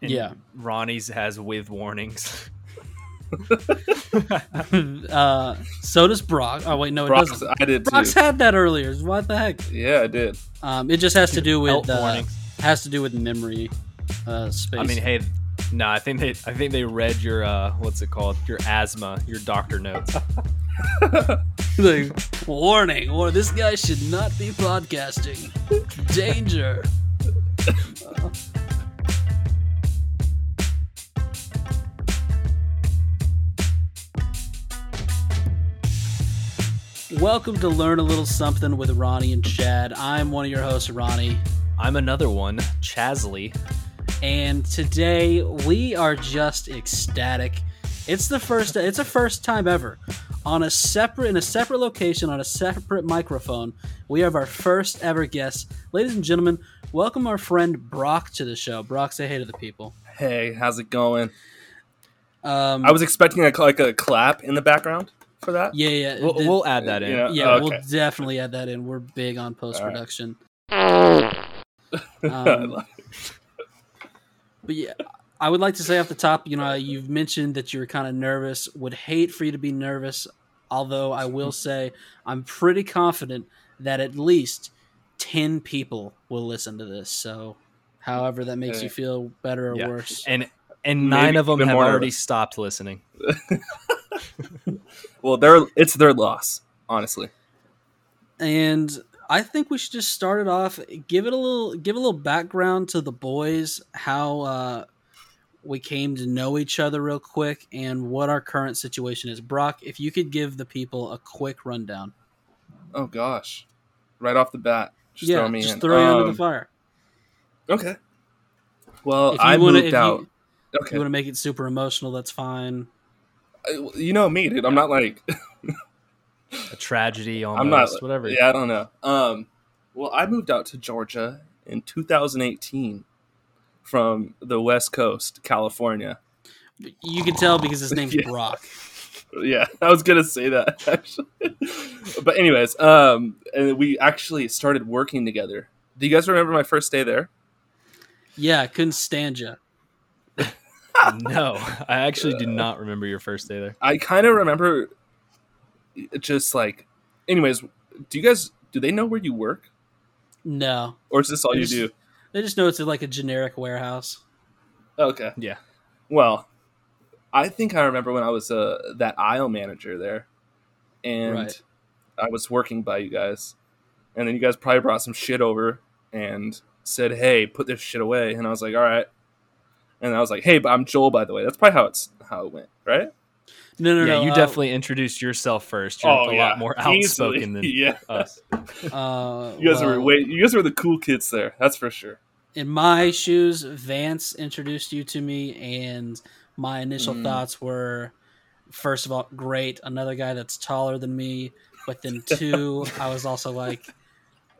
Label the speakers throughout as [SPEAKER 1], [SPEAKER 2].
[SPEAKER 1] and
[SPEAKER 2] Yeah.
[SPEAKER 1] Ronnie's has with warnings.
[SPEAKER 2] uh, so does Brock. Oh wait, no, it
[SPEAKER 3] Brock's,
[SPEAKER 2] doesn't.
[SPEAKER 3] I did
[SPEAKER 2] Brock's
[SPEAKER 3] too.
[SPEAKER 2] had that earlier. What the heck?
[SPEAKER 3] Yeah, I did.
[SPEAKER 2] Um, it just has to do
[SPEAKER 1] Health
[SPEAKER 2] with uh,
[SPEAKER 1] warnings.
[SPEAKER 2] has to do with memory uh, space.
[SPEAKER 1] I mean, hey, no, I think they I think they read your uh what's it called? Your asthma, your doctor notes.
[SPEAKER 2] Like, warning, or this guy should not be podcasting. Danger. Welcome to Learn a Little Something with Ronnie and Chad. I'm one of your hosts, Ronnie,
[SPEAKER 1] I'm another one, Chasley.
[SPEAKER 2] and today we are just ecstatic. It's the first it's a first time ever on a separate in a separate location on a separate microphone. We have our first ever guest. Ladies and gentlemen, welcome our friend Brock to the show. Brock say hey to the people.
[SPEAKER 3] Hey, how's it going?
[SPEAKER 2] Um
[SPEAKER 3] I was expecting a, like a clap in the background for that.
[SPEAKER 2] yeah, yeah.
[SPEAKER 1] We'll,
[SPEAKER 2] the-
[SPEAKER 1] we'll add that in.
[SPEAKER 3] Yeah.
[SPEAKER 2] yeah,
[SPEAKER 3] uh, okay.
[SPEAKER 2] we'll definitely add that in. We're big on post production. Um, But yeah, I would like to say off the top, you know, you've mentioned that you were kind of nervous. Would hate for you to be nervous, although I will say I'm pretty confident that at least 10 people will listen to this. So, however that makes you feel better or
[SPEAKER 1] Yeah.
[SPEAKER 2] worse.
[SPEAKER 1] And and nine
[SPEAKER 3] Maybe
[SPEAKER 1] of them
[SPEAKER 3] even
[SPEAKER 1] have
[SPEAKER 3] more
[SPEAKER 1] already
[SPEAKER 3] nervous.
[SPEAKER 1] stopped listening.
[SPEAKER 3] well, they're it's their loss, honestly.
[SPEAKER 2] And I think we should just start it off, give it a little give a little background to the boys, how uh we came to know each other real quick and what our current situation is. Brock, if you could give the people a quick rundown.
[SPEAKER 3] Oh gosh, right off the bat, just
[SPEAKER 2] yeah,
[SPEAKER 3] throw me
[SPEAKER 2] just
[SPEAKER 3] in.
[SPEAKER 2] throw you under the
[SPEAKER 3] Um,
[SPEAKER 2] fire.
[SPEAKER 3] Okay. Well,
[SPEAKER 2] If you
[SPEAKER 3] I
[SPEAKER 2] wanna- if
[SPEAKER 3] moved
[SPEAKER 2] you-
[SPEAKER 3] out.
[SPEAKER 2] If
[SPEAKER 3] okay.
[SPEAKER 2] you want to make it super emotional, that's fine.
[SPEAKER 3] I- you know me, dude. I'm not like
[SPEAKER 1] A tragedy almost,
[SPEAKER 3] I'm not
[SPEAKER 1] whatever.
[SPEAKER 3] Yeah, I don't know. Um, well, I moved out to Georgia in 2018 from the West Coast, California.
[SPEAKER 2] You can tell because his name's
[SPEAKER 3] Yeah.
[SPEAKER 2] Brock.
[SPEAKER 3] Yeah, I was gonna say that actually, but anyways, um, and we actually started working together. Do you guys remember my first day there?
[SPEAKER 2] Yeah, couldn't stand you.
[SPEAKER 1] No, I actually do not remember your first day there.
[SPEAKER 3] I kind of remember, just like, anyways, do you guys do they know where you work,
[SPEAKER 2] No,
[SPEAKER 3] or is this all you
[SPEAKER 2] It's-
[SPEAKER 3] do?
[SPEAKER 2] they just know it's like a generic warehouse.
[SPEAKER 3] Okay.
[SPEAKER 1] Yeah.
[SPEAKER 3] Well, I think I remember when I was uh, that aisle manager there, and
[SPEAKER 2] Right.
[SPEAKER 3] I was working by you guys, and then you guys probably brought some shit over and said, "Hey, put this shit away," and I was like, "All right," and I was like, "Hey, but I'm Joel, by the way." That's probably how it's how it went, right? Oh,
[SPEAKER 2] No, no,
[SPEAKER 1] yeah,
[SPEAKER 2] no.
[SPEAKER 1] you
[SPEAKER 2] uh,
[SPEAKER 1] definitely introduced yourself first. You're a lot more outspoken
[SPEAKER 3] Easily.
[SPEAKER 1] than
[SPEAKER 3] yeah.
[SPEAKER 1] us.
[SPEAKER 2] Uh,
[SPEAKER 3] You guys
[SPEAKER 2] well,
[SPEAKER 3] were wait. You guys were the cool kids there. That's for sure.
[SPEAKER 2] In my shoes, Vance introduced you to me, and my initial
[SPEAKER 3] Mm.
[SPEAKER 2] thoughts were, first of all, great, another guy that's taller than me. But then two, I was also like,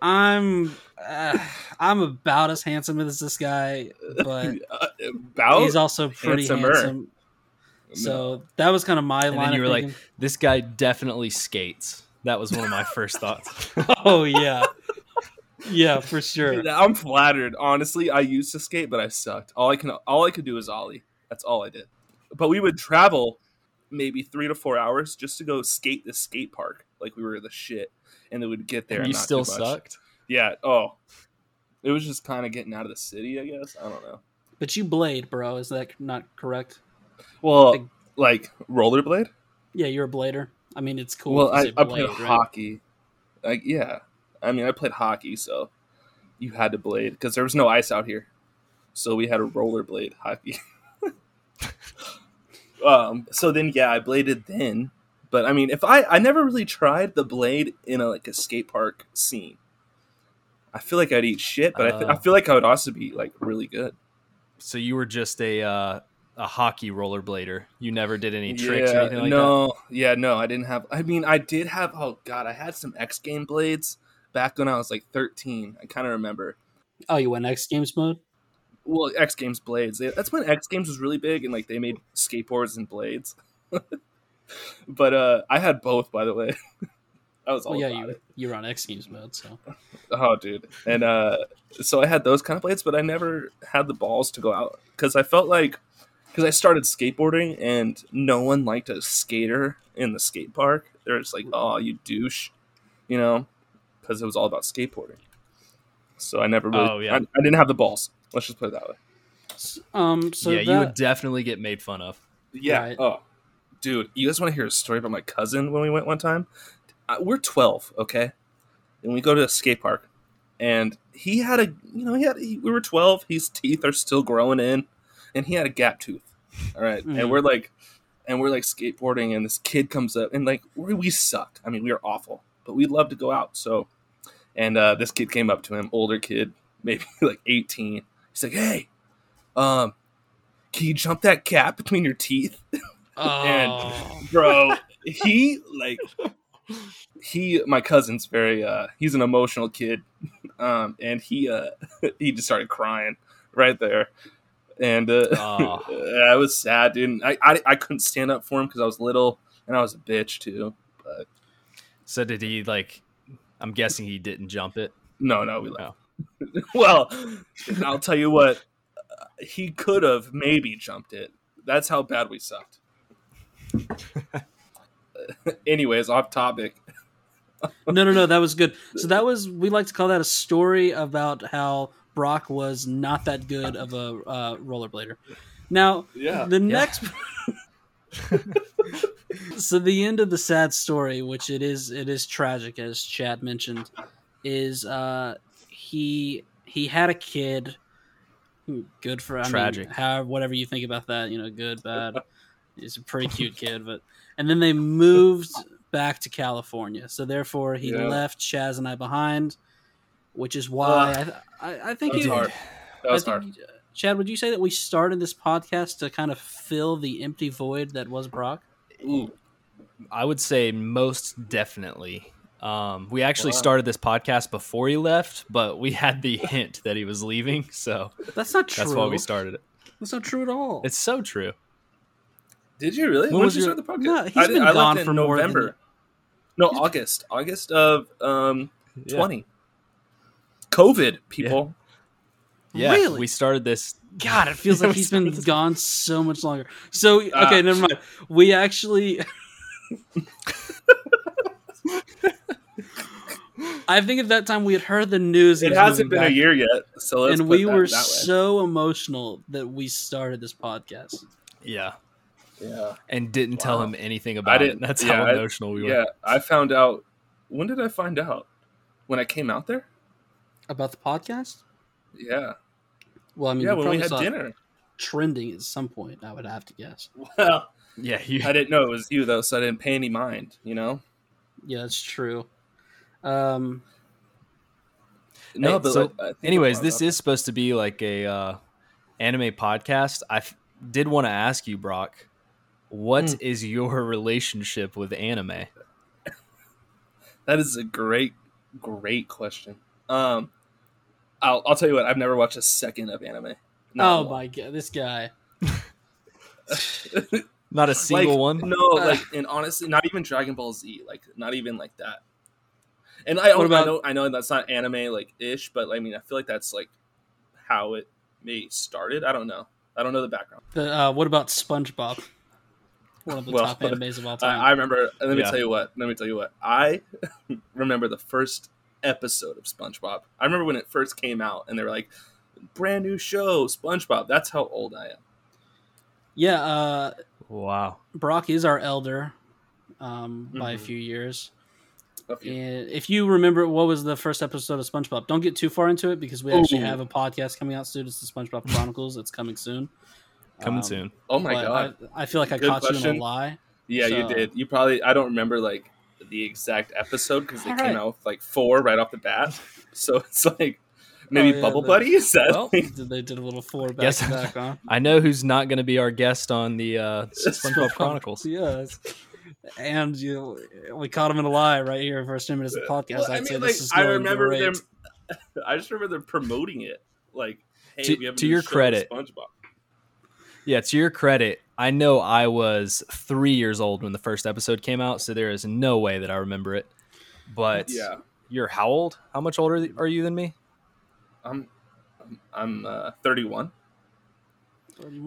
[SPEAKER 2] I'm, uh, I'm about as handsome as this guy, but
[SPEAKER 3] Uh, About
[SPEAKER 2] he's also pretty
[SPEAKER 3] handsomer.
[SPEAKER 2] handsome. So that was kind of my
[SPEAKER 1] And
[SPEAKER 2] line.
[SPEAKER 1] then you
[SPEAKER 2] of
[SPEAKER 1] were like,
[SPEAKER 2] thinking.
[SPEAKER 1] this guy definitely skates. That was one of my first thoughts.
[SPEAKER 2] "Oh yeah, yeah, for sure."
[SPEAKER 3] Dude, I'm flattered. Honestly, I used to skate, but I sucked. All I can all I could do is ollie. That's all I did. But we would travel maybe three to four hours just to go skate this skate park. Like we were the shit, and they would get there.
[SPEAKER 1] And
[SPEAKER 3] and
[SPEAKER 1] you
[SPEAKER 3] not do
[SPEAKER 1] still
[SPEAKER 3] much.
[SPEAKER 1] sucked?
[SPEAKER 3] Yeah. Oh, it was just kind of getting out of the city. I guess I don't know.
[SPEAKER 2] But you blade, bro. Is that not correct? Like-
[SPEAKER 3] Well, like rollerblade.
[SPEAKER 2] Yeah, you're a blader. I mean, it's cool.
[SPEAKER 3] Well,
[SPEAKER 2] to
[SPEAKER 3] I,
[SPEAKER 2] say
[SPEAKER 3] I
[SPEAKER 2] blade,
[SPEAKER 3] played
[SPEAKER 2] right?
[SPEAKER 3] hockey. Like yeah, I mean I played hockey, so you had to blade because there was no ice out here, so we had a rollerblade hockey. um. So then yeah, I bladed then, but I mean if I I never really tried the blade in a like a skate park scene. I feel like I'd eat shit, but I, th-
[SPEAKER 1] Oh.
[SPEAKER 2] Uh.
[SPEAKER 3] I feel like I would also be like really good.
[SPEAKER 1] So you were just a uh, a hockey rollerblader. You never did any tricks
[SPEAKER 3] yeah,
[SPEAKER 1] or anything like
[SPEAKER 3] no, yeah, no, I didn't have. I mean, I did have. Oh god, I had some X game blades back when I was like thirteen. I kind of remember.
[SPEAKER 2] Oh, you went X Games mode.
[SPEAKER 3] Well, X Games blades. They- That's when X Games was really big, and like they made skateboards and blades. but uh I had both, by the way. I was all
[SPEAKER 2] Well, yeah,
[SPEAKER 3] about
[SPEAKER 2] you
[SPEAKER 3] it.
[SPEAKER 2] you were on X Games mode, so
[SPEAKER 3] Oh, dude. And uh, so I had those kind of blades, but I never had the balls to go out because I felt like because I started skateboarding and no one liked a skater in the skate park. They're just like, "Oh, you douche," you know, because it was all about skateboarding. So I never really.
[SPEAKER 1] Oh, yeah.
[SPEAKER 3] I, I didn't have the balls. Let's just put it that way.
[SPEAKER 2] S- um, so
[SPEAKER 1] yeah,
[SPEAKER 2] that,
[SPEAKER 1] you would definitely get made fun of.
[SPEAKER 3] Yeah.
[SPEAKER 2] Right.
[SPEAKER 3] Oh, dude, you guys want to hear a story about my cousin when we went one time? Uh, We're twelve, okay, and we go to a skate park, and he had a, you know, he had. He, we were twelve. His teeth are still growing in, and he had a gap tooth. All right,
[SPEAKER 2] Mhm.
[SPEAKER 3] and we're like, and we're like skateboarding, and this kid comes up, and like we, we suck. I mean, we are awful, but we love to go out. So, and uh, this kid came up to him, older kid, maybe like eighteen. He's like, hey, um, can you jump that gap between your teeth?
[SPEAKER 2] oh,
[SPEAKER 3] and- bro he like he my cousin's very uh he's an emotional kid um and he uh he just started crying right there and uh
[SPEAKER 1] Aw.
[SPEAKER 3] i was sad dude and I, I i couldn't stand up for him because i was little and i was a bitch too
[SPEAKER 1] So did he like? I'm guessing he didn't jump it. Oh.
[SPEAKER 3] no no we left well i'll tell you what uh, he could have maybe jumped it that's how bad we sucked anyways off topic
[SPEAKER 2] no, no, no, that was good. So that was we like to call that a story about how Brock was not that good of a uh, rollerblader. Now
[SPEAKER 3] yeah
[SPEAKER 2] the next. so the end of the sad story, which it is, it is tragic, as Chad mentioned, is uh, he he had a kid. who- Good for I mean,
[SPEAKER 1] Tragic.
[SPEAKER 2] however, whatever you think about that, you know, good, bad. He's a pretty cute kid, but and then they moved back to California, so therefore he
[SPEAKER 3] Yeah.
[SPEAKER 2] left Chaz and I behind, which is why I, I, I think
[SPEAKER 3] That's
[SPEAKER 2] you,
[SPEAKER 3] hard. That was
[SPEAKER 2] I
[SPEAKER 3] hard.
[SPEAKER 2] think- Chad, would you say that we started this podcast to kind of fill the empty void that was Brock?
[SPEAKER 3] Ooh,
[SPEAKER 1] I would say most definitely. Um, we actually
[SPEAKER 3] Wow.
[SPEAKER 1] started this podcast before he left, but we had the hint that he was leaving, so
[SPEAKER 2] That's not true.
[SPEAKER 1] that's why we started it.
[SPEAKER 2] That's not true at all.
[SPEAKER 1] It's so true.
[SPEAKER 3] did you really?
[SPEAKER 2] When
[SPEAKER 3] When,
[SPEAKER 2] was
[SPEAKER 3] did you
[SPEAKER 2] your-
[SPEAKER 3] start the podcast?
[SPEAKER 2] No, he's
[SPEAKER 3] I
[SPEAKER 2] been
[SPEAKER 3] I left
[SPEAKER 2] gone
[SPEAKER 3] in
[SPEAKER 2] for more than-
[SPEAKER 3] November. No, August. August of um
[SPEAKER 1] Yeah.
[SPEAKER 3] twenty. COVID people.
[SPEAKER 1] Yeah,
[SPEAKER 2] Really?
[SPEAKER 1] we started this.
[SPEAKER 2] God, it feels
[SPEAKER 1] Yeah,
[SPEAKER 2] like
[SPEAKER 1] we
[SPEAKER 2] he's been
[SPEAKER 1] started this-
[SPEAKER 2] gone so much longer. So okay,
[SPEAKER 3] Ah.
[SPEAKER 2] never mind. We actually I think at that time we had heard the news. he
[SPEAKER 3] It
[SPEAKER 2] was
[SPEAKER 3] hasn't
[SPEAKER 2] moving
[SPEAKER 3] been a
[SPEAKER 2] back,
[SPEAKER 3] year yet, so let's
[SPEAKER 2] and
[SPEAKER 3] put
[SPEAKER 2] we
[SPEAKER 3] that
[SPEAKER 2] were
[SPEAKER 3] that way.
[SPEAKER 2] so emotional that we started this podcast.
[SPEAKER 1] Yeah,
[SPEAKER 3] yeah.
[SPEAKER 1] and didn't tell
[SPEAKER 3] Wow.
[SPEAKER 1] him anything about it.
[SPEAKER 3] didn't-
[SPEAKER 1] That's
[SPEAKER 3] yeah,
[SPEAKER 1] how
[SPEAKER 3] I-
[SPEAKER 1] emotional we were.
[SPEAKER 3] yeah. I found out. When did I find out? When I came out there.
[SPEAKER 2] About the podcast?
[SPEAKER 3] Yeah.
[SPEAKER 2] Well, I mean,
[SPEAKER 3] yeah.
[SPEAKER 2] you
[SPEAKER 3] When we
[SPEAKER 2] probably
[SPEAKER 3] had
[SPEAKER 2] saw it
[SPEAKER 3] dinner.
[SPEAKER 2] trending at some point. I would have to guess.
[SPEAKER 3] Well,
[SPEAKER 1] yeah, you-
[SPEAKER 3] I didn't know it was you though, so I didn't pay any mind. You know.
[SPEAKER 2] Yeah, that's true. Um,
[SPEAKER 1] Hey, so
[SPEAKER 3] like, I think
[SPEAKER 1] anyways
[SPEAKER 3] about
[SPEAKER 1] this
[SPEAKER 3] that.
[SPEAKER 1] is supposed to be like a uh, anime podcast i f- did want to ask you brock what is your relationship with anime
[SPEAKER 3] That is a great, great question. Um, I'll, I'll tell you what. I've never watched a second of anime. Not
[SPEAKER 2] oh
[SPEAKER 3] one.
[SPEAKER 2] my god, this guy.
[SPEAKER 1] not a single
[SPEAKER 3] Like,
[SPEAKER 1] one
[SPEAKER 3] No,
[SPEAKER 2] Ah.
[SPEAKER 3] like, and honestly, not even Dragon Ball Z. Like, not even like that. And I,
[SPEAKER 2] What
[SPEAKER 3] don't I
[SPEAKER 2] about-
[SPEAKER 3] know, I know that's not anime like ish, but I mean, I feel like that's like how it may started. I don't know. I don't know the background.
[SPEAKER 2] The, uh, what about SpongeBob? One of the
[SPEAKER 3] Well,
[SPEAKER 2] top animes of all
[SPEAKER 3] I,
[SPEAKER 2] time.
[SPEAKER 3] I remember. Let me
[SPEAKER 1] Yeah.
[SPEAKER 3] tell you what. Let me tell you what. I remember the first episode of SpongeBob. I remember when it first came out, and they were like, "Brand new show, SpongeBob." That's how old I am.
[SPEAKER 2] yeah, uh,
[SPEAKER 1] wow
[SPEAKER 2] Brock is our elder um, by a
[SPEAKER 3] Mhm.
[SPEAKER 2] few years.
[SPEAKER 3] A few-
[SPEAKER 2] And if you remember what was the first episode of SpongeBob, don't get too far into it because we actually
[SPEAKER 3] Ooh.
[SPEAKER 2] have a podcast coming out soon. It's the SpongeBob Chronicles. It's coming soon.
[SPEAKER 1] coming
[SPEAKER 2] Um,
[SPEAKER 1] soon
[SPEAKER 3] Oh my
[SPEAKER 2] but
[SPEAKER 3] god!
[SPEAKER 2] I, I feel like I
[SPEAKER 3] Good
[SPEAKER 2] caught you in
[SPEAKER 3] question.
[SPEAKER 2] a lie.
[SPEAKER 3] yeah,
[SPEAKER 2] so-
[SPEAKER 3] you did. You probably. I don't remember like the exact episode because they
[SPEAKER 2] All right.
[SPEAKER 3] came out with like four right off the bat. So it's like maybe
[SPEAKER 2] Oh, yeah,
[SPEAKER 3] Bubble
[SPEAKER 2] the-
[SPEAKER 3] Buddy. Is that
[SPEAKER 1] Well,
[SPEAKER 3] like-
[SPEAKER 2] Did- They did a little four back
[SPEAKER 1] Yes.
[SPEAKER 2] to back, huh?
[SPEAKER 1] i know who's not going to be our guest on the uh, spongebob chronicles
[SPEAKER 2] Yes. And you, we caught him in a lie right here, first ten minutes of the podcast.
[SPEAKER 3] Uh, Well,
[SPEAKER 2] I'd
[SPEAKER 3] I
[SPEAKER 2] say this
[SPEAKER 3] mean, like
[SPEAKER 2] is
[SPEAKER 3] I
[SPEAKER 2] going
[SPEAKER 3] remember
[SPEAKER 2] great.
[SPEAKER 3] them. I just remember them promoting it. Like, hey,
[SPEAKER 1] To-
[SPEAKER 3] we have a
[SPEAKER 1] to
[SPEAKER 3] new
[SPEAKER 1] your
[SPEAKER 3] show,
[SPEAKER 1] credit.
[SPEAKER 3] SpongeBob.
[SPEAKER 1] yeah to your credit i know i was three years old when the first episode came out so there is no way that i remember it But
[SPEAKER 3] Yeah,
[SPEAKER 1] you're how old? How much older th- are you than me?
[SPEAKER 3] I'm I'm, I'm uh, 31.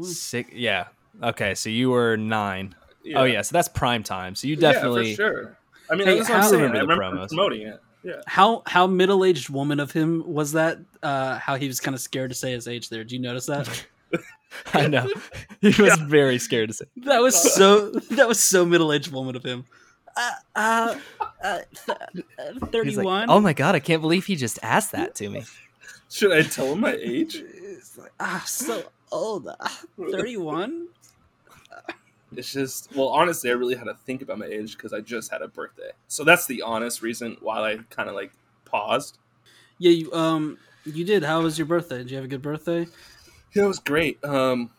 [SPEAKER 1] Six. Yeah. Okay. So you were nine. Oh yeah. So that's prime time. So you definitely.
[SPEAKER 3] yeah, for sure. I mean,
[SPEAKER 2] Hey,
[SPEAKER 3] that's what I'm
[SPEAKER 2] how-
[SPEAKER 3] saying.
[SPEAKER 1] Remember
[SPEAKER 3] I
[SPEAKER 1] the
[SPEAKER 3] remember
[SPEAKER 1] promos.
[SPEAKER 3] promoting it. Yeah.
[SPEAKER 2] How how middle aged woman of him was that? Uh, how he was kind of scared to say his age there. Do you notice that?
[SPEAKER 1] I know. He was very scared to say.
[SPEAKER 2] that was so that was so middle aged woman of him. Uh, uh, uh, th- uh,
[SPEAKER 1] He's like,
[SPEAKER 2] Thirty-one.
[SPEAKER 1] oh my god! I can't believe he just asked that to me.
[SPEAKER 3] Should I tell him my age?
[SPEAKER 2] It's like, ah, so old. Ah, Thirty-one.
[SPEAKER 3] It's just well, honestly, I really had to think about my age because I just had a birthday. So that's the honest reason why I kind of like paused.
[SPEAKER 2] Yeah. You um. You did. How was your birthday? Did you have a good birthday?
[SPEAKER 3] Yeah, it was great. Um,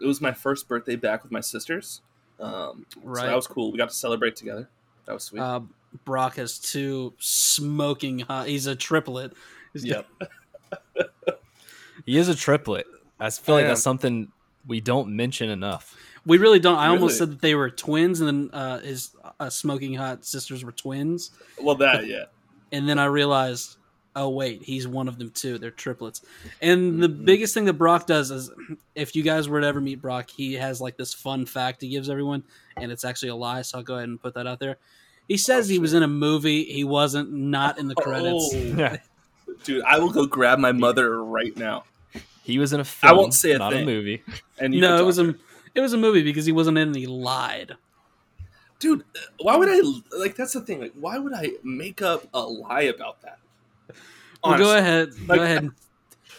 [SPEAKER 3] it was my first birthday back with my sisters. Um, so that was cool. We got to celebrate together. That was sweet.
[SPEAKER 2] Uh, Brock has two smoking hot. He's a triplet. He's got-
[SPEAKER 1] He is a triplet. I feel like
[SPEAKER 3] I
[SPEAKER 1] that's
[SPEAKER 3] am.
[SPEAKER 1] something we don't mention enough.
[SPEAKER 2] We really don't. I almost
[SPEAKER 3] Really?
[SPEAKER 2] said that they were twins, and then uh, his uh, smoking hot sisters were twins,
[SPEAKER 3] Well, that yeah.
[SPEAKER 2] and then I realized, oh wait, he's one of them too. They're triplets. And the
[SPEAKER 3] Mhm.
[SPEAKER 2] biggest thing that Brock does is, if you guys were to ever meet Brock, he has like this fun fact he gives everyone, and it's actually a lie. So I'll go ahead and put that out there. He says he
[SPEAKER 3] Oh, shit.
[SPEAKER 2] was in a movie. He wasn't. Not in the credits.
[SPEAKER 3] Oh,
[SPEAKER 1] Yeah.
[SPEAKER 3] dude, I will go grab my mother right now.
[SPEAKER 1] He was in a film.
[SPEAKER 3] won't say a
[SPEAKER 1] not a
[SPEAKER 3] thing.
[SPEAKER 1] movie.
[SPEAKER 3] And you
[SPEAKER 2] no,
[SPEAKER 3] can
[SPEAKER 2] it was
[SPEAKER 3] talk.
[SPEAKER 2] a it was a movie because he wasn't in. it, and He lied.
[SPEAKER 3] dude. Why would I like? That's the thing. Like, why would I make up a lie about that?
[SPEAKER 2] Well, go
[SPEAKER 3] Honestly.
[SPEAKER 2] ahead.
[SPEAKER 3] Like-
[SPEAKER 2] go ahead. And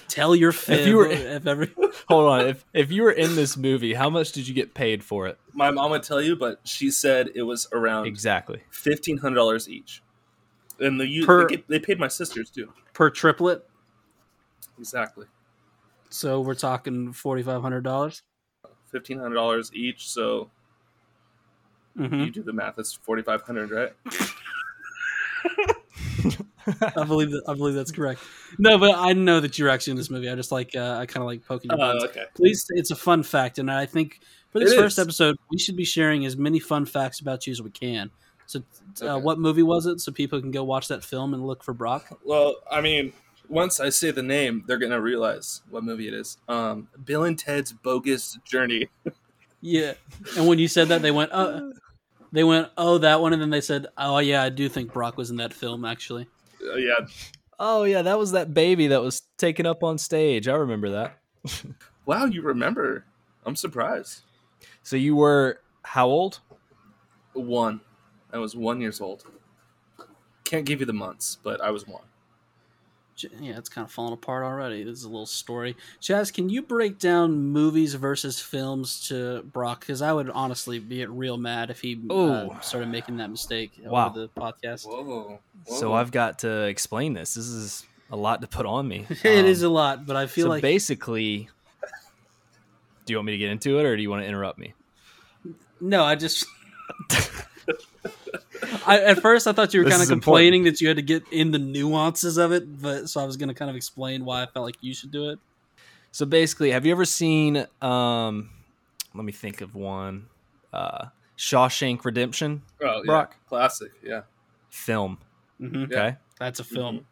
[SPEAKER 2] tell your fib.
[SPEAKER 1] you were-
[SPEAKER 2] if every
[SPEAKER 1] Hold on. If if you were in this movie, how much did you get paid for it?
[SPEAKER 3] My mom would tell you, but she said it was around
[SPEAKER 1] Exactly.
[SPEAKER 3] fifteen hundred dollars each, and the you
[SPEAKER 2] Per-
[SPEAKER 3] they, get- they paid my sisters too.
[SPEAKER 2] per triplet.
[SPEAKER 3] Exactly,
[SPEAKER 2] So we're talking forty five hundred dollars.
[SPEAKER 3] fifteen hundred dollars each. So
[SPEAKER 2] Mm-hmm.
[SPEAKER 3] you do the math. That's forty five hundred, right?
[SPEAKER 2] I believe that. I believe that's correct. No, but I know that you're actually in this movie. I just like. Uh, I kind of like poking. Your
[SPEAKER 3] Uh,
[SPEAKER 2] buttons.
[SPEAKER 3] okay.
[SPEAKER 2] Please, it's a fun fact, and I think for this
[SPEAKER 3] It
[SPEAKER 2] first
[SPEAKER 3] is.
[SPEAKER 2] episode, we should be sharing as many fun facts about you as we can. So, uh,
[SPEAKER 3] Okay.
[SPEAKER 2] what movie was it? So people can go watch that film and look for Brock.
[SPEAKER 3] Well, I mean, once I say the name, they're gonna realize what movie it is. Um, Bill and Ted's Bogus Journey.
[SPEAKER 2] Yeah, and when you said that, they went, "Oh, they went, oh, that one," and then they said, "Oh, yeah, I do think Brock was in that film, actually."
[SPEAKER 3] Uh, yeah,
[SPEAKER 1] Oh yeah, that was that baby that was taken up on stage. I remember that.
[SPEAKER 3] Wow, you remember. I'm surprised.
[SPEAKER 1] So you were how old?
[SPEAKER 3] One. I was one years old. Can't give you the months, but I was one.
[SPEAKER 2] Ch- Yeah, it's kind of falling apart already. This is a little story. Chaz, can you break down movies versus films to Brock? Because I would honestly be real mad if he uh,
[SPEAKER 1] Ooh.
[SPEAKER 2] started making that mistake
[SPEAKER 1] Wow.
[SPEAKER 2] over the podcast.
[SPEAKER 3] Whoa.
[SPEAKER 1] So I've got to explain this. This is a lot to put on me. Um,
[SPEAKER 2] it is a lot, but I feel
[SPEAKER 1] so
[SPEAKER 2] like
[SPEAKER 1] basically. Do you want me to get into it, or do you want to interrupt me?
[SPEAKER 2] no. I just. I, at first, I thought you were
[SPEAKER 1] This
[SPEAKER 2] kind of
[SPEAKER 1] is important.
[SPEAKER 2] complaining that you had to get in the nuances of it, but so I was going to kind of explain why I felt like you should do it.
[SPEAKER 1] So basically, have you ever seen? Um, let me think of one. Uh, Shawshank Redemption
[SPEAKER 3] oh, yeah.
[SPEAKER 1] Brock.
[SPEAKER 3] Classic, yeah.
[SPEAKER 1] film.
[SPEAKER 2] Mm-hmm.
[SPEAKER 3] Yeah.
[SPEAKER 1] Okay.
[SPEAKER 2] That's a film.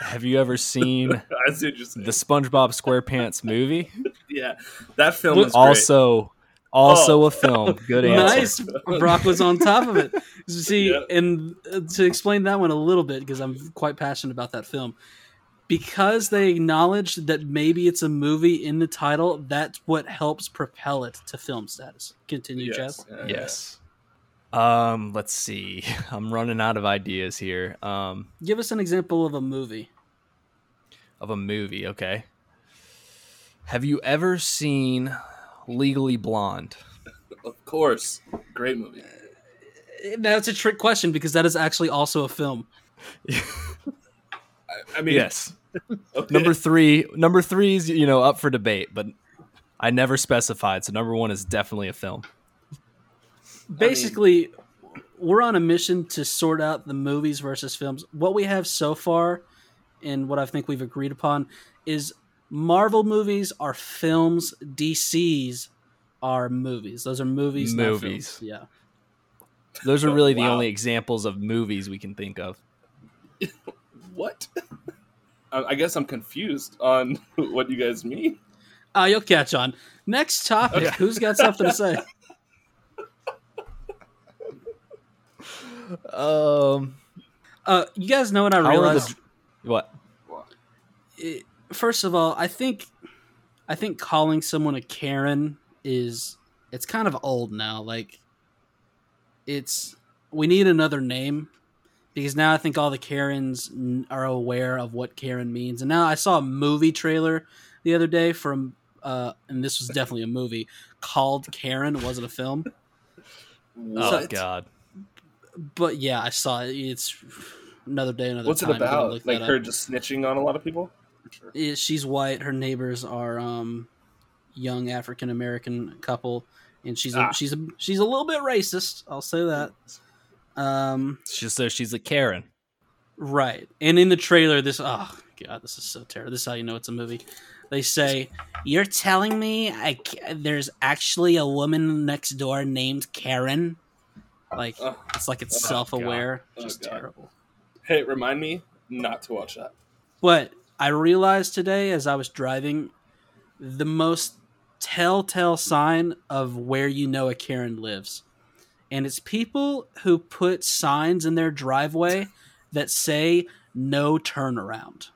[SPEAKER 1] Have you ever seen
[SPEAKER 3] I see what you're saying.
[SPEAKER 1] the SpongeBob SquarePants movie?
[SPEAKER 3] yeah. That film Oh.
[SPEAKER 2] Look-
[SPEAKER 3] was also
[SPEAKER 1] Also, also a film. Good answer.
[SPEAKER 2] Nice. Brock was on top of it. See,
[SPEAKER 3] Yeah.
[SPEAKER 2] and uh, to explain that one a little bit, because I'm quite passionate about that film, because they acknowledge that maybe it's a movie in the title, that's what helps propel it to film status. Continue, Jeff.
[SPEAKER 1] Yes. Um, let's see. I'm running out of ideas here. Um,
[SPEAKER 2] Give us an example of a movie.
[SPEAKER 1] of a movie. Okay. Have you ever seen Legally Blonde?
[SPEAKER 3] Of course. Great movie.
[SPEAKER 2] That's a trick question because that is actually also a film.
[SPEAKER 3] I, I mean, okay.
[SPEAKER 1] Number three. Number three is you know up for debate, but I never specified. So number one is definitely a film.
[SPEAKER 2] Basically, we're on a mission to sort out the movies versus films. What we have so far, and what I think we've agreed upon, is Marvel movies are films, DC's are movies. Those are movies, not
[SPEAKER 1] Movies.
[SPEAKER 2] films. Yeah.
[SPEAKER 1] Those are really the
[SPEAKER 3] Wow.
[SPEAKER 1] only examples of movies we can think of.
[SPEAKER 3] what? I I guess I'm confused on what you guys mean.
[SPEAKER 2] Uh, you'll catch on. Next topic.
[SPEAKER 1] Okay.
[SPEAKER 2] Who's got something to say?
[SPEAKER 1] Um,
[SPEAKER 2] Uh, you guys know what I
[SPEAKER 1] how are
[SPEAKER 2] realized.
[SPEAKER 1] the what?
[SPEAKER 2] it- first of all, I think I think calling someone a Karen is it's kind of old now. Like it's we need another name because now I think all the Karens n- are aware of what Karen means. And now I saw a movie trailer the other day from uh and this was definitely a movie called Karen, was it a film?
[SPEAKER 1] Oh
[SPEAKER 3] What?
[SPEAKER 1] God!
[SPEAKER 2] But yeah, I saw it. It's another day another
[SPEAKER 3] What's it
[SPEAKER 2] time. You gotta
[SPEAKER 3] about?
[SPEAKER 2] look
[SPEAKER 3] Like
[SPEAKER 2] that
[SPEAKER 3] her
[SPEAKER 2] up.
[SPEAKER 3] just snitching on a lot of people?
[SPEAKER 2] is she's white. Her neighbors are um, young African American couple, and she's a,
[SPEAKER 3] Ah.
[SPEAKER 2] she's a, she's a little bit racist. I'll say that. Um,
[SPEAKER 1] It's just so she's a Karen.
[SPEAKER 2] right. And in the trailer, this oh god, this is so terrible. This is how you know it's a movie. They say you're telling me I ca- there's actually a woman next door named Karen. Like
[SPEAKER 3] Ugh.
[SPEAKER 2] it's like it's
[SPEAKER 3] Oh,
[SPEAKER 2] self aware.
[SPEAKER 3] God. Oh,
[SPEAKER 2] Just
[SPEAKER 3] God.
[SPEAKER 2] terrible.
[SPEAKER 3] Hey, remind me not to watch that.
[SPEAKER 2] But I realized today as I was driving, the most telltale sign of where you know a Karen lives. And it's people who put signs in their driveway that say no turnaround.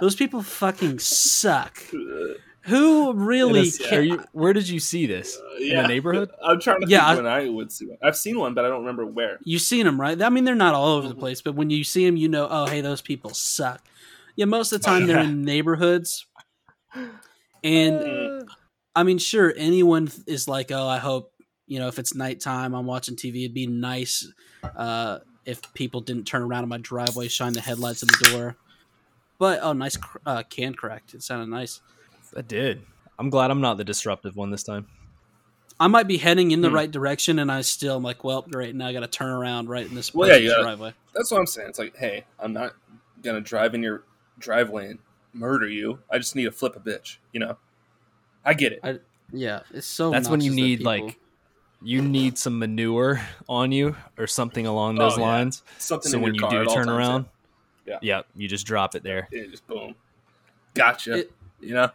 [SPEAKER 2] Those people fucking suck.
[SPEAKER 3] Uh,
[SPEAKER 2] Who
[SPEAKER 1] In a
[SPEAKER 2] really
[SPEAKER 1] s- are
[SPEAKER 2] cares?
[SPEAKER 1] you, where did you see this?
[SPEAKER 3] yeah.
[SPEAKER 1] In the neighborhood?
[SPEAKER 3] I'm trying to
[SPEAKER 2] Yeah, I-
[SPEAKER 3] think when I would see one. I've seen one, but I don't remember where.
[SPEAKER 2] You've seen them, right? I mean, they're not all over
[SPEAKER 3] Mm-hmm.
[SPEAKER 2] the place, but when you see them, you know, oh, hey, those people suck. Yeah, most of the time they're in neighborhoods. And
[SPEAKER 3] Mm.
[SPEAKER 2] I mean, sure, anyone is like, oh, I hope, you know, if it's nighttime, I'm watching TV, it'd be nice uh, if people didn't turn around in my driveway, shine the headlights in the door. But, oh, nice cr- uh, can cracked. It sounded nice.
[SPEAKER 1] I did. I'm glad I'm not the disruptive one this time.
[SPEAKER 2] I might be heading in the
[SPEAKER 3] Hmm.
[SPEAKER 2] right direction, and I still am like, well, great, now I got to turn around right in this
[SPEAKER 3] Well, yeah,
[SPEAKER 2] person's
[SPEAKER 3] you gotta-
[SPEAKER 2] driveway.
[SPEAKER 3] That's what I'm saying. It's like, hey, I'm not gonna drive in your driveway and murder you. I just need to flip a bitch. You know, I get it.
[SPEAKER 2] Yeah, it's so.
[SPEAKER 1] That's when you
[SPEAKER 2] obnoxious that
[SPEAKER 1] need
[SPEAKER 2] people-
[SPEAKER 1] like you need some manure on you or something along those
[SPEAKER 3] Oh, yeah.
[SPEAKER 1] lines.
[SPEAKER 3] Something
[SPEAKER 1] So
[SPEAKER 3] in
[SPEAKER 1] when you
[SPEAKER 3] your car
[SPEAKER 1] do
[SPEAKER 3] at all
[SPEAKER 1] turn
[SPEAKER 3] times,
[SPEAKER 1] around,
[SPEAKER 3] Yeah.
[SPEAKER 1] yep, you just drop it there.
[SPEAKER 3] it- it just boom, gotcha.
[SPEAKER 2] It-
[SPEAKER 3] you know,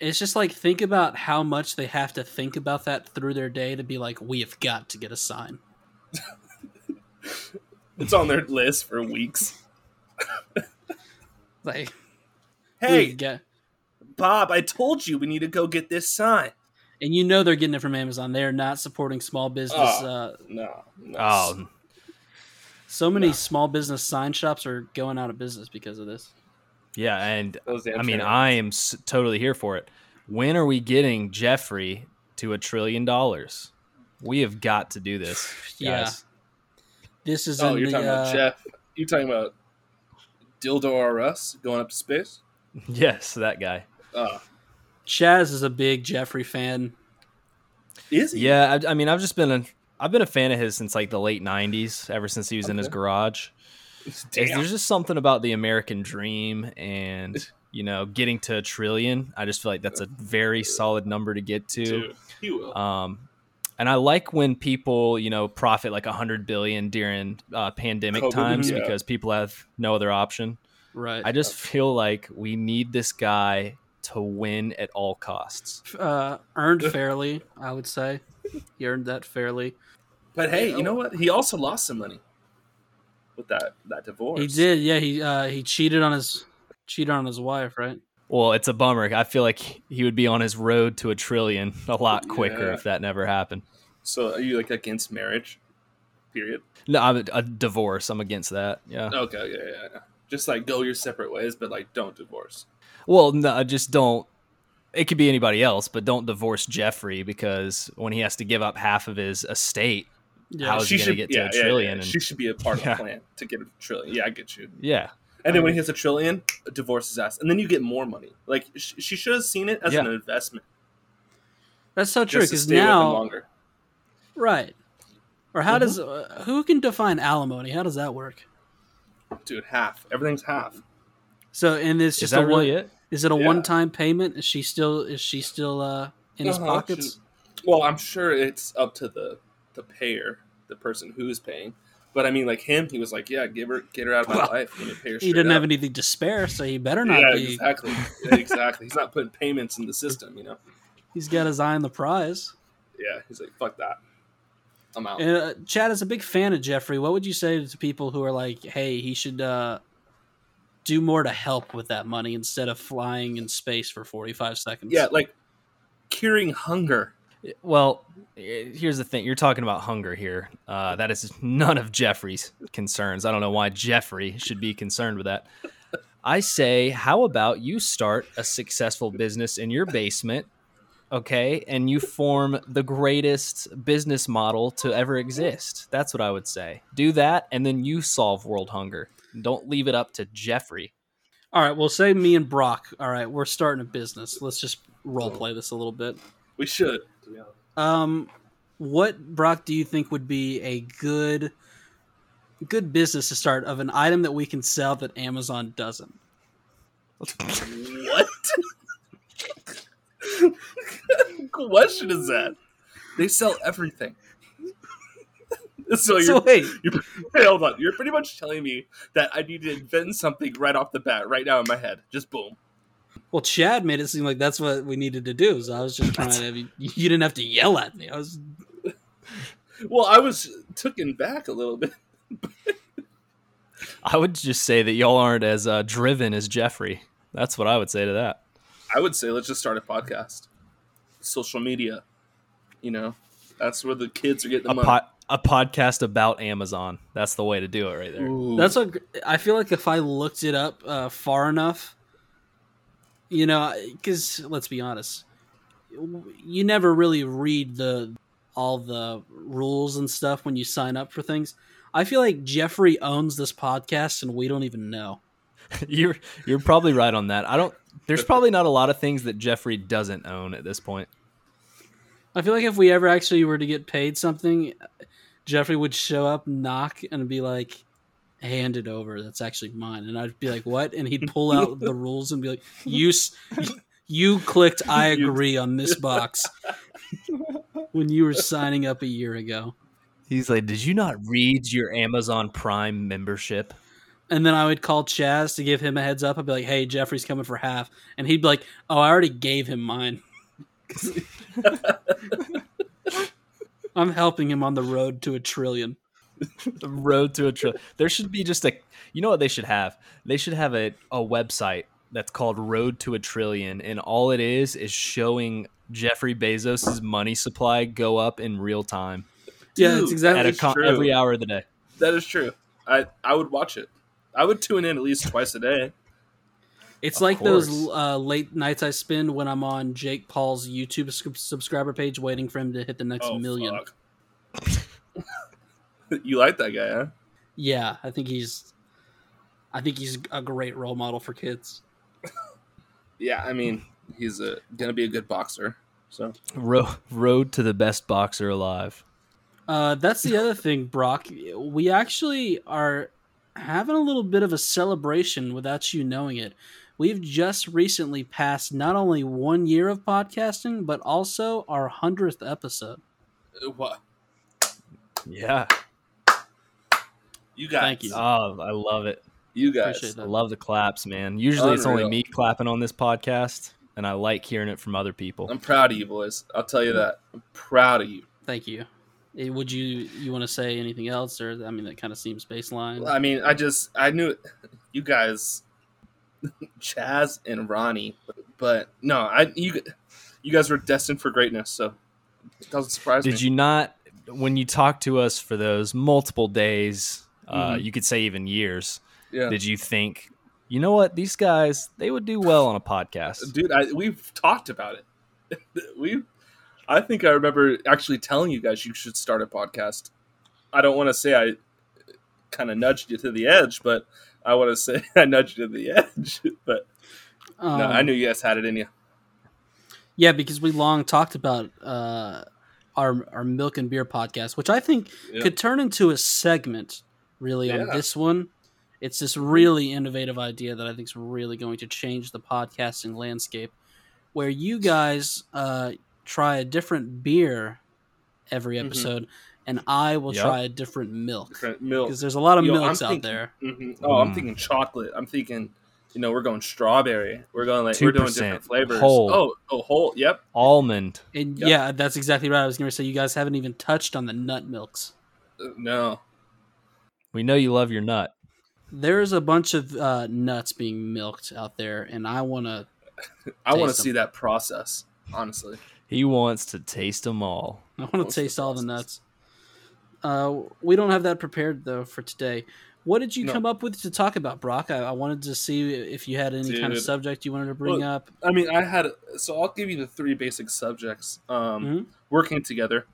[SPEAKER 2] It's just like think about how much they have to think about that through their day to be like, we have got to get a sign.
[SPEAKER 3] it's on their list for weeks.
[SPEAKER 2] Like,
[SPEAKER 3] Hey,
[SPEAKER 2] yeah.
[SPEAKER 3] Bob, I told you we need to go get this sign.
[SPEAKER 2] and you know they're getting it from Amazon. They are not supporting small business.
[SPEAKER 3] Oh.
[SPEAKER 2] Uh,
[SPEAKER 3] No, no.
[SPEAKER 1] Oh,
[SPEAKER 2] so many
[SPEAKER 3] No.
[SPEAKER 2] small business sign shops are going out of business because of this.
[SPEAKER 1] yeah, and
[SPEAKER 3] Those damn
[SPEAKER 1] I mean,
[SPEAKER 3] turnarounds.
[SPEAKER 1] I am s- totally here for it. When are we getting Jeffrey to a trillion dollars? We have got to do this, guys.
[SPEAKER 2] Yeah. This is
[SPEAKER 3] Oh,
[SPEAKER 2] in
[SPEAKER 3] you're
[SPEAKER 2] the
[SPEAKER 3] talking
[SPEAKER 2] uh,
[SPEAKER 3] about Jeff. You're talking about Dildo RS going up to space?
[SPEAKER 1] Yes, that guy.
[SPEAKER 3] Uh,
[SPEAKER 2] Chaz is a big Jeffrey fan.
[SPEAKER 3] is he?
[SPEAKER 1] Yeah, I, I mean, I've just been a, I've been a fan of his since like the late '90s. Ever since he was in his
[SPEAKER 3] Okay.
[SPEAKER 1] garage, It's-
[SPEAKER 3] Damn.
[SPEAKER 1] there's just something about the American dream and you know getting to a trillion. I just feel like that's a very solid number to get to.
[SPEAKER 3] Dude, he will.
[SPEAKER 1] Um, and I like when people you know profit like a hundred billion during uh, pandemic
[SPEAKER 3] COVID,
[SPEAKER 1] times
[SPEAKER 3] yeah.
[SPEAKER 1] because people have no other option.
[SPEAKER 2] Right.
[SPEAKER 1] I just feel like we need this guy to win at all costs.
[SPEAKER 2] uh, earned fairly, I would say. He earned that fairly.
[SPEAKER 3] but hey, you know what? He also lost some money with that that divorce.
[SPEAKER 2] He did. Yeah. He uh, he cheated on his cheated on his wife. Right.
[SPEAKER 1] Well, it's a bummer. I feel like he would be on his road to a trillion a lot quicker
[SPEAKER 3] Yeah.
[SPEAKER 1] if that never happened.
[SPEAKER 3] So are you like against marriage? Period.
[SPEAKER 1] No, I'm a divorce. I'm against that. Yeah.
[SPEAKER 3] Okay, yeah, yeah, yeah. Just like go your separate ways, but like don't divorce.
[SPEAKER 1] Well, no, just don't. It could be anybody else, but don't divorce Jeffrey because when he has to give up half of his estate,
[SPEAKER 2] Yeah.
[SPEAKER 1] How is he gonna get to a trillion and-
[SPEAKER 3] She should be a part
[SPEAKER 1] Yeah.
[SPEAKER 3] of the plan to get a trillion. Yeah, I get you.
[SPEAKER 1] yeah,
[SPEAKER 3] And then when he has a trillion, divorce his ass, and then you get more money. Like sh- she should have seen it as
[SPEAKER 1] Yeah.
[SPEAKER 3] an investment.
[SPEAKER 2] That's so true.
[SPEAKER 3] just to
[SPEAKER 2] Because
[SPEAKER 3] stay with him
[SPEAKER 2] now,
[SPEAKER 3] longer.
[SPEAKER 2] right. Or how
[SPEAKER 3] Mhm.
[SPEAKER 2] does uh, who can define alimony? How does that work?
[SPEAKER 3] dude, half everything's half.
[SPEAKER 2] So and it's
[SPEAKER 1] is
[SPEAKER 2] just a
[SPEAKER 1] that
[SPEAKER 2] one,
[SPEAKER 1] really it?
[SPEAKER 2] Is it a
[SPEAKER 3] Yeah.
[SPEAKER 2] one-time payment? Is she still is she still uh, in his
[SPEAKER 3] Uh-huh,
[SPEAKER 2] pockets?
[SPEAKER 3] shoot. Well, I'm sure it's up to the the payer, the person who's paying, But I mean, like him, he was like, "Yeah, give her, get her out of my life. Let me pay her."
[SPEAKER 2] He didn't have anything to spare, so he better not
[SPEAKER 3] Yeah,
[SPEAKER 2] be.
[SPEAKER 3] exactly, Yeah, exactly. He's not putting payments in the system, you know.
[SPEAKER 2] He's got his eye on the prize.
[SPEAKER 3] Yeah, he's like, "Fuck that, I'm out."
[SPEAKER 2] And, uh, Chad is a big fan of Jeffrey. What would you say to people who are like, "Hey, he should uh, do more to help with that money instead of flying in space for forty-five seconds"?
[SPEAKER 3] yeah, like curing hunger.
[SPEAKER 1] Well, eh, here's the thing. You're talking about hunger here. Uh, that is none of Jeffrey's concerns. I don't know why Jeffrey should be concerned with that. I say, how about you start a successful business in your basement, okay? And you form the greatest business model to ever exist. That's what I would say. Do that, and then you solve world hunger. Don't leave it up to Jeffrey.
[SPEAKER 2] All right. Well, say me and Brock. All right, we're starting a business. Let's just role play this a little bit.
[SPEAKER 3] We should. to be honest.
[SPEAKER 2] Um, what Brock do you think would be a good, good business to start of an item that we can sell that Amazon doesn't?
[SPEAKER 3] What? question is that? They sell everything. so you're
[SPEAKER 2] So wait,
[SPEAKER 3] Hey, hold on. You're pretty much telling me that I need to invent something right off the bat, right now in my head. Just boom.
[SPEAKER 2] well, Chad made it seem like that's what we needed to do. So I was just trying to. You didn't have to yell at me. I was.
[SPEAKER 3] Well, I was taken back a little bit.
[SPEAKER 1] I would just say that y'all aren't as uh, driven as Jeffrey. That's what I would say to that.
[SPEAKER 3] I would say let's just start a podcast. Social media, you know, that's where the kids are getting the
[SPEAKER 1] a,
[SPEAKER 3] money.
[SPEAKER 1] po- a podcast about Amazon. That's the way to do it right there.
[SPEAKER 3] Ooh.
[SPEAKER 2] That's what I feel like. If I looked it up uh, far enough, you know, because let's be honest, you never really read the all the rules and stuff when you sign up for things. I feel like Jeffrey owns this podcast, and we don't even know.
[SPEAKER 1] you're you're probably right on that. I don't there's probably not a lot of things that Jeffrey doesn't own at this point.
[SPEAKER 2] I feel like if we ever actually were to get paid something, Jeffrey would show up, knock, and be like, "Hand it over. That's actually mine." And I'd be like, "What?" And he'd pull out the rules and be like, "You, s- you clicked. I
[SPEAKER 3] You-
[SPEAKER 2] agree on this box when you were signing up a year ago."
[SPEAKER 1] He's like, "Did you not read your Amazon Prime membership?"
[SPEAKER 2] And then I would call Chaz to give him a heads up. I'd be like, "Hey, Jeffrey's coming for half," and he'd be like, "Oh, I already gave him mine." I'm helping him on the road to a trillion.
[SPEAKER 1] The road to a trillion. There should be just a You know what they should have? They should have a a website that's called Road to a Trillion and all it is is showing Jeffrey Bezos's money supply go up in real time
[SPEAKER 2] Yeah,
[SPEAKER 3] Dude,
[SPEAKER 2] it's exactly.
[SPEAKER 1] at a
[SPEAKER 3] is
[SPEAKER 1] con-
[SPEAKER 3] true.
[SPEAKER 1] every hour of the day.
[SPEAKER 3] that is true. I I would watch it. I would tune in at least twice a day.
[SPEAKER 2] It's
[SPEAKER 1] Of
[SPEAKER 2] like those
[SPEAKER 1] course.
[SPEAKER 2] uh, late nights I spend when I'm on Jake Paul's YouTube sc- subscriber page, waiting for him to hit the next
[SPEAKER 3] Oh,
[SPEAKER 2] million.
[SPEAKER 3] fuck. you like that guy, huh?
[SPEAKER 2] Yeah, I think he's, I think he's a great role model for kids.
[SPEAKER 3] Yeah, I mean, he's a, gonna be a good boxer. So
[SPEAKER 1] Ro- road to the best boxer alive.
[SPEAKER 2] Uh, that's the other thing, Brock. We actually are having a little bit of a celebration without you knowing it. We've just recently passed not only one year of podcasting, but also our hundredth episode.
[SPEAKER 3] uh, what
[SPEAKER 1] Yeah.
[SPEAKER 3] you guys?
[SPEAKER 2] Thank you.
[SPEAKER 1] Oh, I love it.
[SPEAKER 3] You guys.
[SPEAKER 2] Appreciate
[SPEAKER 1] I
[SPEAKER 2] that.
[SPEAKER 1] love the claps, man. Usually it's only
[SPEAKER 3] Unreal.
[SPEAKER 1] me clapping on this podcast, and I like hearing it from other people.
[SPEAKER 3] I'm proud of you boys. I'll tell you that. I'm proud of you.
[SPEAKER 2] Thank you. Eh, Would you you want to say anything else, or I mean, that kind of seems baseline.
[SPEAKER 3] I mean, I just I knew you guys, Chaz and Ronnie, but no, I you you guys were destined for greatness, so it doesn't surprise me.
[SPEAKER 1] Did you not, when you talked to us for those multiple days, uh, you could say even years,
[SPEAKER 3] Mm-hmm. Yeah.
[SPEAKER 1] did you think, you know what, these guys, they would do well on a podcast?
[SPEAKER 3] dude I, we've talked about it we i think i remember actually telling you guys you should start a podcast i don't want to say i kind of nudged you to the edge but i want to say i nudged you to the edge but
[SPEAKER 2] Um,
[SPEAKER 3] no, i knew you guys had it in you
[SPEAKER 2] Yeah, because we long talked about uh, our our milk and beer podcast, which I think
[SPEAKER 3] Yeah.
[SPEAKER 2] could turn into a segment. Really, on
[SPEAKER 3] Yeah.
[SPEAKER 2] this one, it's this really innovative idea that I think is really going to change the podcasting landscape, where you guys uh, try a different beer every
[SPEAKER 3] Mhm.
[SPEAKER 2] episode, and I will
[SPEAKER 1] Yep.
[SPEAKER 2] try a different milk
[SPEAKER 3] Different Milk.
[SPEAKER 2] because there's a lot of
[SPEAKER 3] Yo, I'm
[SPEAKER 2] milks out
[SPEAKER 3] thinking-
[SPEAKER 2] there.
[SPEAKER 3] Mhm. Oh, I'm
[SPEAKER 1] Mm.
[SPEAKER 3] thinking chocolate. I'm thinking, you know, we're going strawberry. We're going like we're doing
[SPEAKER 1] 2%,
[SPEAKER 3] different flavors.
[SPEAKER 1] whole.
[SPEAKER 3] Oh, oh, whole. Yep.
[SPEAKER 1] Almond.
[SPEAKER 2] And
[SPEAKER 3] Yep.
[SPEAKER 2] yeah, that's exactly right. I was going to say you guys haven't even touched on the nut milks.
[SPEAKER 3] Uh, No.
[SPEAKER 1] We know you love your nut.
[SPEAKER 2] There is a bunch of uh, nuts being milked out there, and I want to.
[SPEAKER 3] I want to
[SPEAKER 2] Taste 'em.
[SPEAKER 3] see that process, honestly.
[SPEAKER 1] He wants to taste them all.
[SPEAKER 2] I want
[SPEAKER 3] What's
[SPEAKER 2] to
[SPEAKER 3] the
[SPEAKER 2] taste all the
[SPEAKER 3] process?
[SPEAKER 2] nuts. Uh, we don't have that prepared though for today. What did you
[SPEAKER 3] No.
[SPEAKER 2] come up with to talk about, Brock? I, I wanted to see if you had any kind of
[SPEAKER 3] Dude.
[SPEAKER 2] subject you wanted to bring
[SPEAKER 3] Look,
[SPEAKER 2] up.
[SPEAKER 3] I mean, I had so I'll give you the three basic subjects. Um,
[SPEAKER 2] Mhm.
[SPEAKER 3] working together,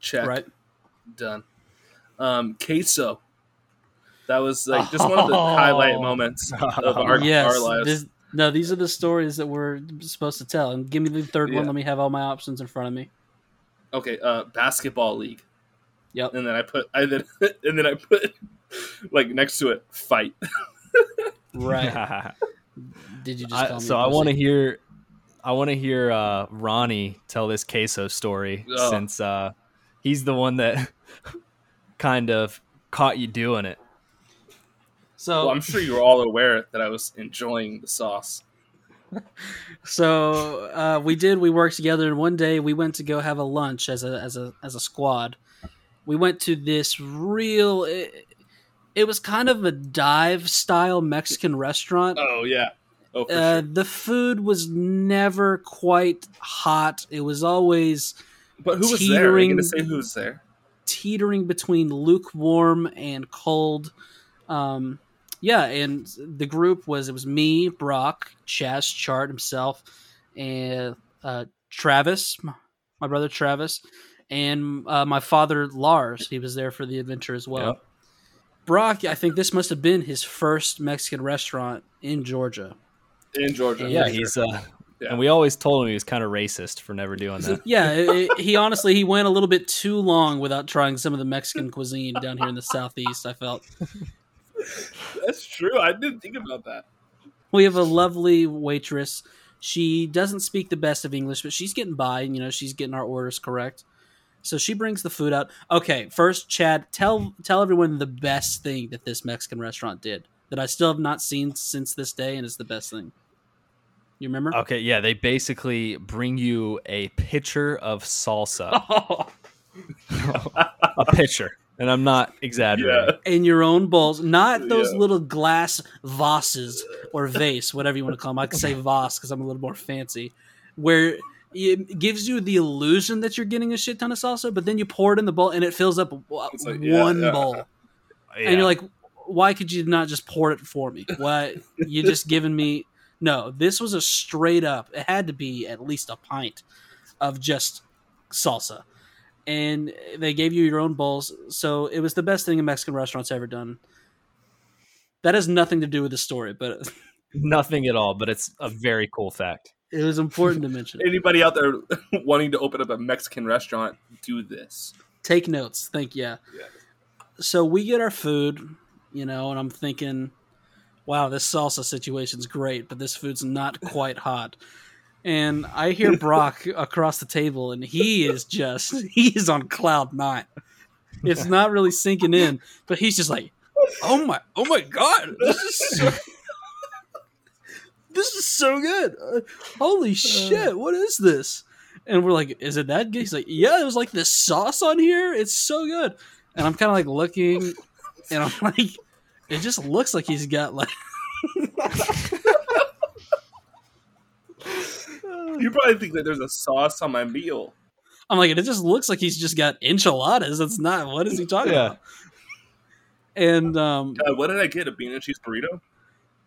[SPEAKER 3] check
[SPEAKER 2] Right?
[SPEAKER 3] done. Um, queso. That was like just one of the highlight moments of our,
[SPEAKER 2] yes.
[SPEAKER 3] our lives.
[SPEAKER 2] this- no, these are the stories that we're supposed to tell. And give me the third one.
[SPEAKER 3] Yeah.
[SPEAKER 2] Let me have all my options in front of me.
[SPEAKER 3] okay, uh, basketball league,
[SPEAKER 2] Yep.
[SPEAKER 3] and then I put I then and then I put like next to it fight.
[SPEAKER 2] Right. Did you just
[SPEAKER 1] I-
[SPEAKER 2] call me?
[SPEAKER 1] so I want to hear, I want to hear uh, Ronnie tell this queso story
[SPEAKER 3] Oh.
[SPEAKER 1] since uh, he's the one that kind of caught you doing it.
[SPEAKER 2] So
[SPEAKER 3] Well, I'm sure you were all aware that I was enjoying the sauce.
[SPEAKER 2] So uh, we did. We worked together, and one day we went to go have a lunch as a as a as a squad. We went to this real. It, it was kind of a dive style Mexican restaurant.
[SPEAKER 3] Oh yeah. Oh, for
[SPEAKER 2] Uh,
[SPEAKER 3] sure.
[SPEAKER 2] the food was never quite hot. It was always
[SPEAKER 3] But who was there? Are you
[SPEAKER 2] teetering-
[SPEAKER 3] gonna say who was there?
[SPEAKER 2] teetering between lukewarm and cold. Um, yeah, and the group was it was me, Brock, Chaz, Chart himself, and uh, Travis, m- my brother Travis, and uh, my father Lars. He was there for the adventure as well.
[SPEAKER 1] Yep.
[SPEAKER 2] Brock, I think this must have been his first Mexican restaurant in Georgia.
[SPEAKER 3] In Georgia.
[SPEAKER 1] Yeah,
[SPEAKER 3] for sure.
[SPEAKER 1] he's. Uh,
[SPEAKER 3] Yeah.
[SPEAKER 1] And we always told him he was kind of racist for never doing that.
[SPEAKER 2] Yeah, it, it- he honestly he went a little bit too long without trying some of the Mexican cuisine down here in the southeast. I felt.
[SPEAKER 3] That's true. I didn't think about that.
[SPEAKER 2] we have a lovely waitress. She doesn't speak the best of English, but she's getting by, and you know she's getting our orders correct. So she brings the food out. Okay, first, Chad, tell tell everyone the best thing that this Mexican restaurant did that I still have not seen since this day, and is the best thing. You remember?
[SPEAKER 1] Okay, yeah, they basically bring you a pitcher of salsa,
[SPEAKER 2] Oh.
[SPEAKER 1] a pitcher, and I'm not exaggerating.
[SPEAKER 3] Yeah.
[SPEAKER 2] in your own bowls, not those
[SPEAKER 3] Yeah.
[SPEAKER 2] little glass vases or vase, whatever you want to call them. I could say vase because I'm a little more fancy, where it gives you the illusion that you're getting a shit ton of salsa, but then you pour it in the bowl and it fills up w-
[SPEAKER 3] It's like, yeah,
[SPEAKER 2] one
[SPEAKER 3] yeah.
[SPEAKER 2] bowl, and you're like, why could you not just pour it for me? What you just giving me? No, this was a straight up. It had to be at least a pint of just salsa, and they gave you your own bowls. So it was the best thing a Mexican restaurant's ever done. That has nothing to do with the story, but
[SPEAKER 1] nothing at all, but it's a very cool fact.
[SPEAKER 2] it was important to mention.
[SPEAKER 3] Anybody out there wanting to open up a Mexican restaurant, do this.
[SPEAKER 2] Take notes. Think, yeah.
[SPEAKER 3] Yeah.
[SPEAKER 2] So we get our food, you know, and I'm thinking, wow, this salsa situation's great, but this food's not quite hot. And I hear Brock across the table, and he is just, he's on cloud nine. It's not really sinking in, but he's just like, oh my, oh my God, this is so, this is so good. Uh, holy shit, what is this? And we're like, is it that good? He's like, yeah, it was like this sauce on here. It's so good. And I'm kind of like looking, and I'm like, it just looks like he's got like,
[SPEAKER 3] You probably think that there's a sauce on my meal.
[SPEAKER 2] I'm like, it just looks like he's just got enchiladas. That's not, what is he talking
[SPEAKER 1] Yeah.
[SPEAKER 2] about? And um,
[SPEAKER 3] God, Uh, what did I get? A bean and cheese burrito?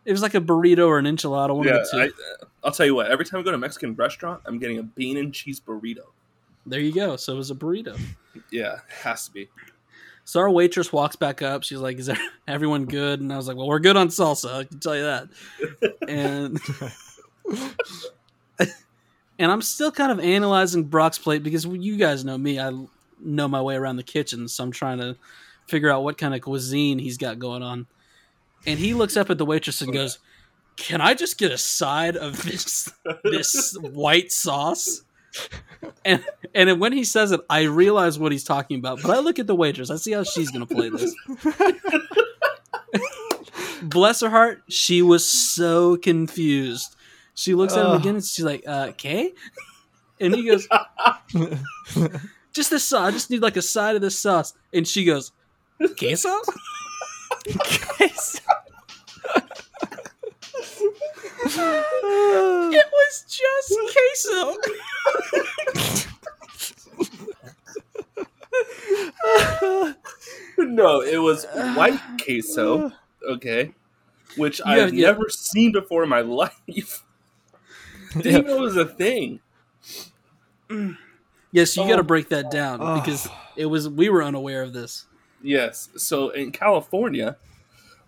[SPEAKER 2] it was like a burrito or an enchilada, one
[SPEAKER 3] Yeah,
[SPEAKER 2] of the two.
[SPEAKER 3] I, uh, I'll tell you what. Every time I go to a Mexican restaurant, I'm getting a bean and cheese burrito.
[SPEAKER 2] there you go. So it was a burrito.
[SPEAKER 3] Yeah, has to be.
[SPEAKER 2] So our waitress walks back up. She's like, "Is everyone good?" And I was like, "Well, we're good on salsa. I can tell you that." And and I'm still kind of analyzing Brock's plate because you guys know me. I know my way around the kitchen, so I'm trying to figure out what kind of cuisine he's got going on. And he looks up at the waitress and goes, "Can I just get a side of this this white sauce?" And And then when he says it, I realize what he's talking about. But I look at the waitress. I see how she's going to play this. Bless her heart, she was so confused. She looks at him
[SPEAKER 1] Ugh.
[SPEAKER 2] again and she's like, uh, "Okay," and he goes, "Just this sauce. I just need like a side of this sauce." And she goes, "Queso." It was just queso.
[SPEAKER 3] no, it was white queso. Okay, which
[SPEAKER 2] You
[SPEAKER 3] I've
[SPEAKER 2] have- yeah.
[SPEAKER 3] never seen before in my life. Didn't
[SPEAKER 1] Yeah.
[SPEAKER 3] even know it was a thing.
[SPEAKER 2] Yes, you
[SPEAKER 3] Oh.
[SPEAKER 2] got to break that down
[SPEAKER 1] Oh.
[SPEAKER 2] because it was we were unaware of this.
[SPEAKER 3] Yes. So in California,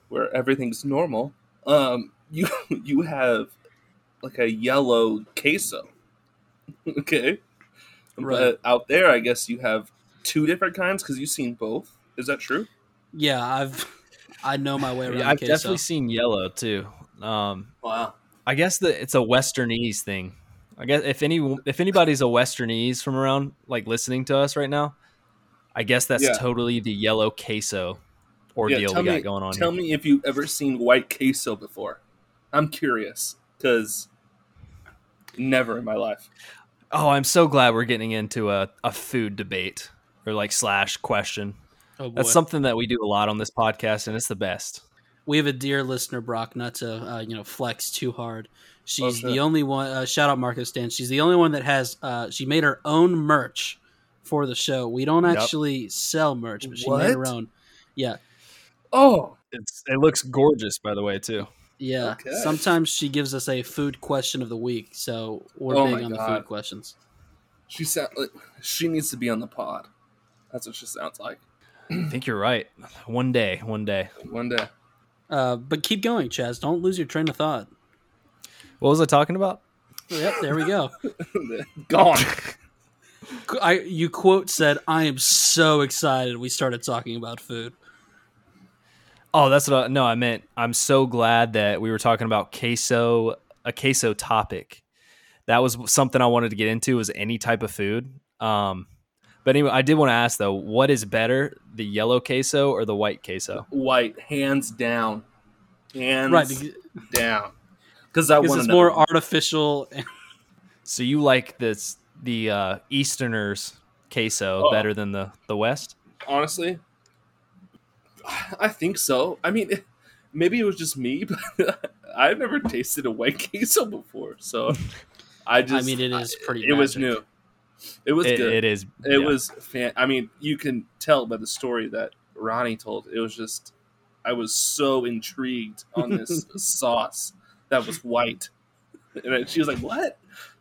[SPEAKER 3] where everything's normal, um, you you have like a yellow queso. Okay.
[SPEAKER 2] Right.
[SPEAKER 3] But out there, I guess you have two different kinds because you've seen both. Is that true?
[SPEAKER 2] Yeah, I've I know my way around
[SPEAKER 1] Yeah, I've
[SPEAKER 2] queso.
[SPEAKER 1] definitely seen yellow too. Um,
[SPEAKER 3] Wow.
[SPEAKER 1] I guess that it's a Westernese thing. I guess if any if anybody's a Westernese from around like listening to us right now, I guess that's
[SPEAKER 3] Yeah.
[SPEAKER 1] totally the yellow queso ordeal
[SPEAKER 3] tell
[SPEAKER 1] we got
[SPEAKER 3] me-
[SPEAKER 1] going on.
[SPEAKER 3] Tell me if you've ever seen white queso before. I'm curious because never in my life.
[SPEAKER 1] here. Oh, I'm so glad we're getting into a, a food debate or like slash question.
[SPEAKER 2] Oh, boy.
[SPEAKER 1] That's something that we do a lot on this podcast, and it's the best.
[SPEAKER 2] we have a dear listener, Brock, not to uh, you know flex too hard. She's
[SPEAKER 3] Okay.
[SPEAKER 2] the only one. Uh, shout out Marco Stan. She's the only one that has. Uh, she made her own merch for the show. We don't
[SPEAKER 1] Yep.
[SPEAKER 2] actually sell merch, but she made her
[SPEAKER 3] What?
[SPEAKER 2] own. Yeah,
[SPEAKER 3] Oh,
[SPEAKER 1] It's it looks gorgeous, by the way, too.
[SPEAKER 2] yeah.
[SPEAKER 3] Okay.
[SPEAKER 2] Sometimes she gives us a food question of the week, so we're
[SPEAKER 3] Oh
[SPEAKER 2] big
[SPEAKER 3] my
[SPEAKER 2] on the
[SPEAKER 3] God.
[SPEAKER 2] food questions.
[SPEAKER 3] she sound like she needs to be on the pod. That's what she sounds like.
[SPEAKER 1] I think you're right. One day, one day.
[SPEAKER 3] One day.
[SPEAKER 2] Uh, but keep going, Chaz. Don't lose your train of thought.
[SPEAKER 1] What was I talking about?
[SPEAKER 2] Yep, there we go.
[SPEAKER 3] Gone.
[SPEAKER 2] Qu- I you quote said, "I am so excited." We started talking about food.
[SPEAKER 1] Oh, that's what I no, I meant I'm so glad that we were talking about queso a queso topic. That was something I wanted to get into was any type of food. Um but anyway, I did want to ask though, what is better, the yellow queso or the white queso?
[SPEAKER 3] White, hands down. Hands
[SPEAKER 2] Right, because
[SPEAKER 3] down. Because I
[SPEAKER 2] because
[SPEAKER 3] want
[SPEAKER 2] it's
[SPEAKER 3] to
[SPEAKER 2] more artificial.
[SPEAKER 1] So you like this the uh Easterners queso
[SPEAKER 3] Oh.
[SPEAKER 1] better than the the West?
[SPEAKER 3] honestly. I think so. I mean, maybe it was just me, but I've never tasted a white queso before, so I just.
[SPEAKER 2] I mean, it is pretty.
[SPEAKER 3] it was
[SPEAKER 2] magic.
[SPEAKER 3] new. It was
[SPEAKER 1] It-
[SPEAKER 3] good.
[SPEAKER 1] it
[SPEAKER 3] It,
[SPEAKER 1] is yeah.
[SPEAKER 3] was fan. I mean, you can tell by the story that Ronnie told. It was just, I was so intrigued on this sauce that was white, and I- she was like, "What?"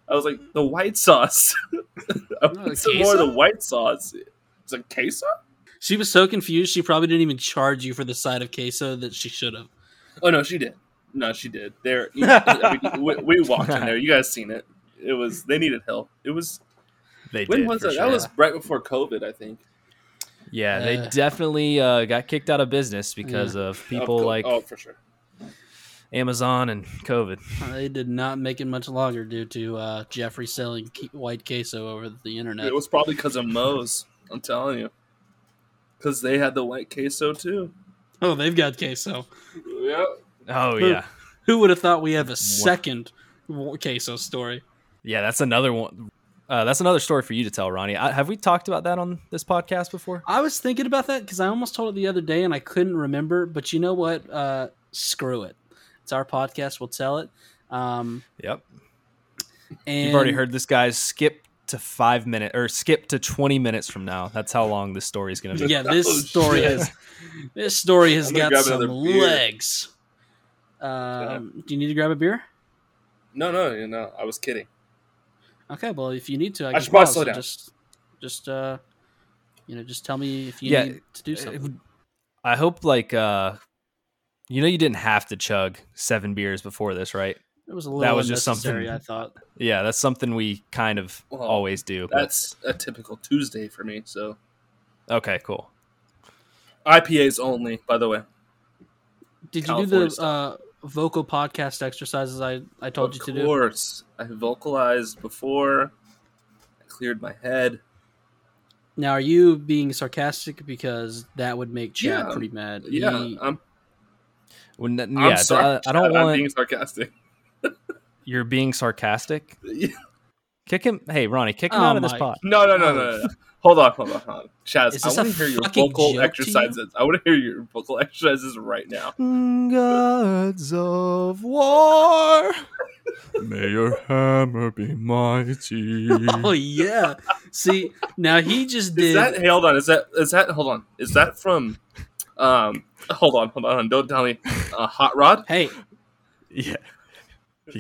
[SPEAKER 3] I was like, "The white sauce." I
[SPEAKER 2] Oh,
[SPEAKER 3] want some more of the
[SPEAKER 2] queso?
[SPEAKER 3] white sauce. It's like queso.
[SPEAKER 2] She was so confused. She probably didn't even charge you for the side of queso that she should have.
[SPEAKER 3] Oh no, she did. No, she did. There, I mean, we, we walked in there. You guys seen it? It was they needed help. It was
[SPEAKER 1] they
[SPEAKER 3] when
[SPEAKER 1] did
[SPEAKER 3] was
[SPEAKER 1] for
[SPEAKER 3] that?
[SPEAKER 1] sure.
[SPEAKER 3] That was right before COVID, I think.
[SPEAKER 1] Yeah, they
[SPEAKER 2] Uh.
[SPEAKER 1] definitely uh, got kicked out of business because of
[SPEAKER 3] Of
[SPEAKER 1] people
[SPEAKER 3] co-
[SPEAKER 1] like
[SPEAKER 3] oh for sure.
[SPEAKER 1] Amazon and COVID.
[SPEAKER 2] They did not make it much longer due to uh, Jeffrey selling ke- white queso over the internet.
[SPEAKER 3] It was probably because of Moe's. I'm telling you, because they had the white queso too.
[SPEAKER 2] oh, they've got queso.
[SPEAKER 3] Yeah.
[SPEAKER 1] Oh
[SPEAKER 2] Who-
[SPEAKER 1] yeah.
[SPEAKER 2] Who would have thought we have a second wa- queso story?
[SPEAKER 1] Yeah, that's another one. Uh, that's another story for you to tell, Ronnie. I, have we talked about that on this podcast before?
[SPEAKER 2] I was thinking about that because I almost told it the other day and I couldn't remember. But you know what? Uh, screw it. It's our podcast. We'll tell it. Um,
[SPEAKER 1] Yep.
[SPEAKER 2] and
[SPEAKER 1] You've already heard this guy's skip to five minutes or skip to 20 minutes from now. That's how long this story is going to be.
[SPEAKER 2] yeah, this
[SPEAKER 3] Oh,
[SPEAKER 2] story
[SPEAKER 3] shit.
[SPEAKER 2] has this story has
[SPEAKER 3] I'm gonna
[SPEAKER 2] got
[SPEAKER 3] grab
[SPEAKER 2] some
[SPEAKER 3] another beer.
[SPEAKER 2] legs. Um, do you need to grab a beer?
[SPEAKER 3] No, no, you know, I was kidding.
[SPEAKER 2] Okay, well, if you need to, I,
[SPEAKER 3] I
[SPEAKER 2] can
[SPEAKER 3] should probably
[SPEAKER 2] pause
[SPEAKER 3] slow
[SPEAKER 2] and
[SPEAKER 3] down.
[SPEAKER 2] Just, just uh, you know, just tell me if you
[SPEAKER 1] Yeah, uh,
[SPEAKER 2] need to do something.
[SPEAKER 1] I hope, like, uh, you know, you didn't have to chug seven beers before this, right?
[SPEAKER 2] It was a little
[SPEAKER 1] that was just
[SPEAKER 2] unnecessary,
[SPEAKER 1] something-
[SPEAKER 2] I thought.
[SPEAKER 1] Yeah, that's something we kind of
[SPEAKER 3] Well,
[SPEAKER 1] always do. but-
[SPEAKER 3] That's a typical Tuesday for me. So
[SPEAKER 1] okay, cool.
[SPEAKER 3] IPAs only, by the way.
[SPEAKER 2] Did you do
[SPEAKER 3] California
[SPEAKER 2] the uh, vocal podcast exercises I I told you to
[SPEAKER 3] Of course, I vocalized before, cleared my head.
[SPEAKER 2] Now, are you being sarcastic because that would make Chad
[SPEAKER 3] Yeah.
[SPEAKER 2] pretty mad?
[SPEAKER 3] Yeah,
[SPEAKER 2] He-
[SPEAKER 3] I'm,
[SPEAKER 1] When, yeah,
[SPEAKER 3] I'm
[SPEAKER 1] th-
[SPEAKER 3] sorry.
[SPEAKER 2] uh,
[SPEAKER 1] I, I don't
[SPEAKER 3] Chad, I'm
[SPEAKER 1] want
[SPEAKER 3] being sarcastic.
[SPEAKER 1] you're being sarcastic. Kick him. Hey, Ronnie, kick him
[SPEAKER 2] Oh,
[SPEAKER 1] out of this
[SPEAKER 2] my-
[SPEAKER 1] pot.
[SPEAKER 3] No, no, no, no, no, no. Hold on, hold on, hold on. Chaz,
[SPEAKER 2] Is
[SPEAKER 3] I
[SPEAKER 2] this
[SPEAKER 3] want
[SPEAKER 2] a
[SPEAKER 3] to hear your
[SPEAKER 2] fucking joke to
[SPEAKER 3] vocal
[SPEAKER 2] you?
[SPEAKER 3] exercises. I want to hear your vocal exercises right now.
[SPEAKER 1] Gods of war.
[SPEAKER 4] May your hammer be mighty.
[SPEAKER 2] oh yeah. See, now he just
[SPEAKER 3] Is
[SPEAKER 2] did.
[SPEAKER 3] that hold on? Is that is that hold on? Is that from? Um, hold on, hold on. Don't tell me. Uh, Hot Rod.
[SPEAKER 2] hey,
[SPEAKER 1] Yeah.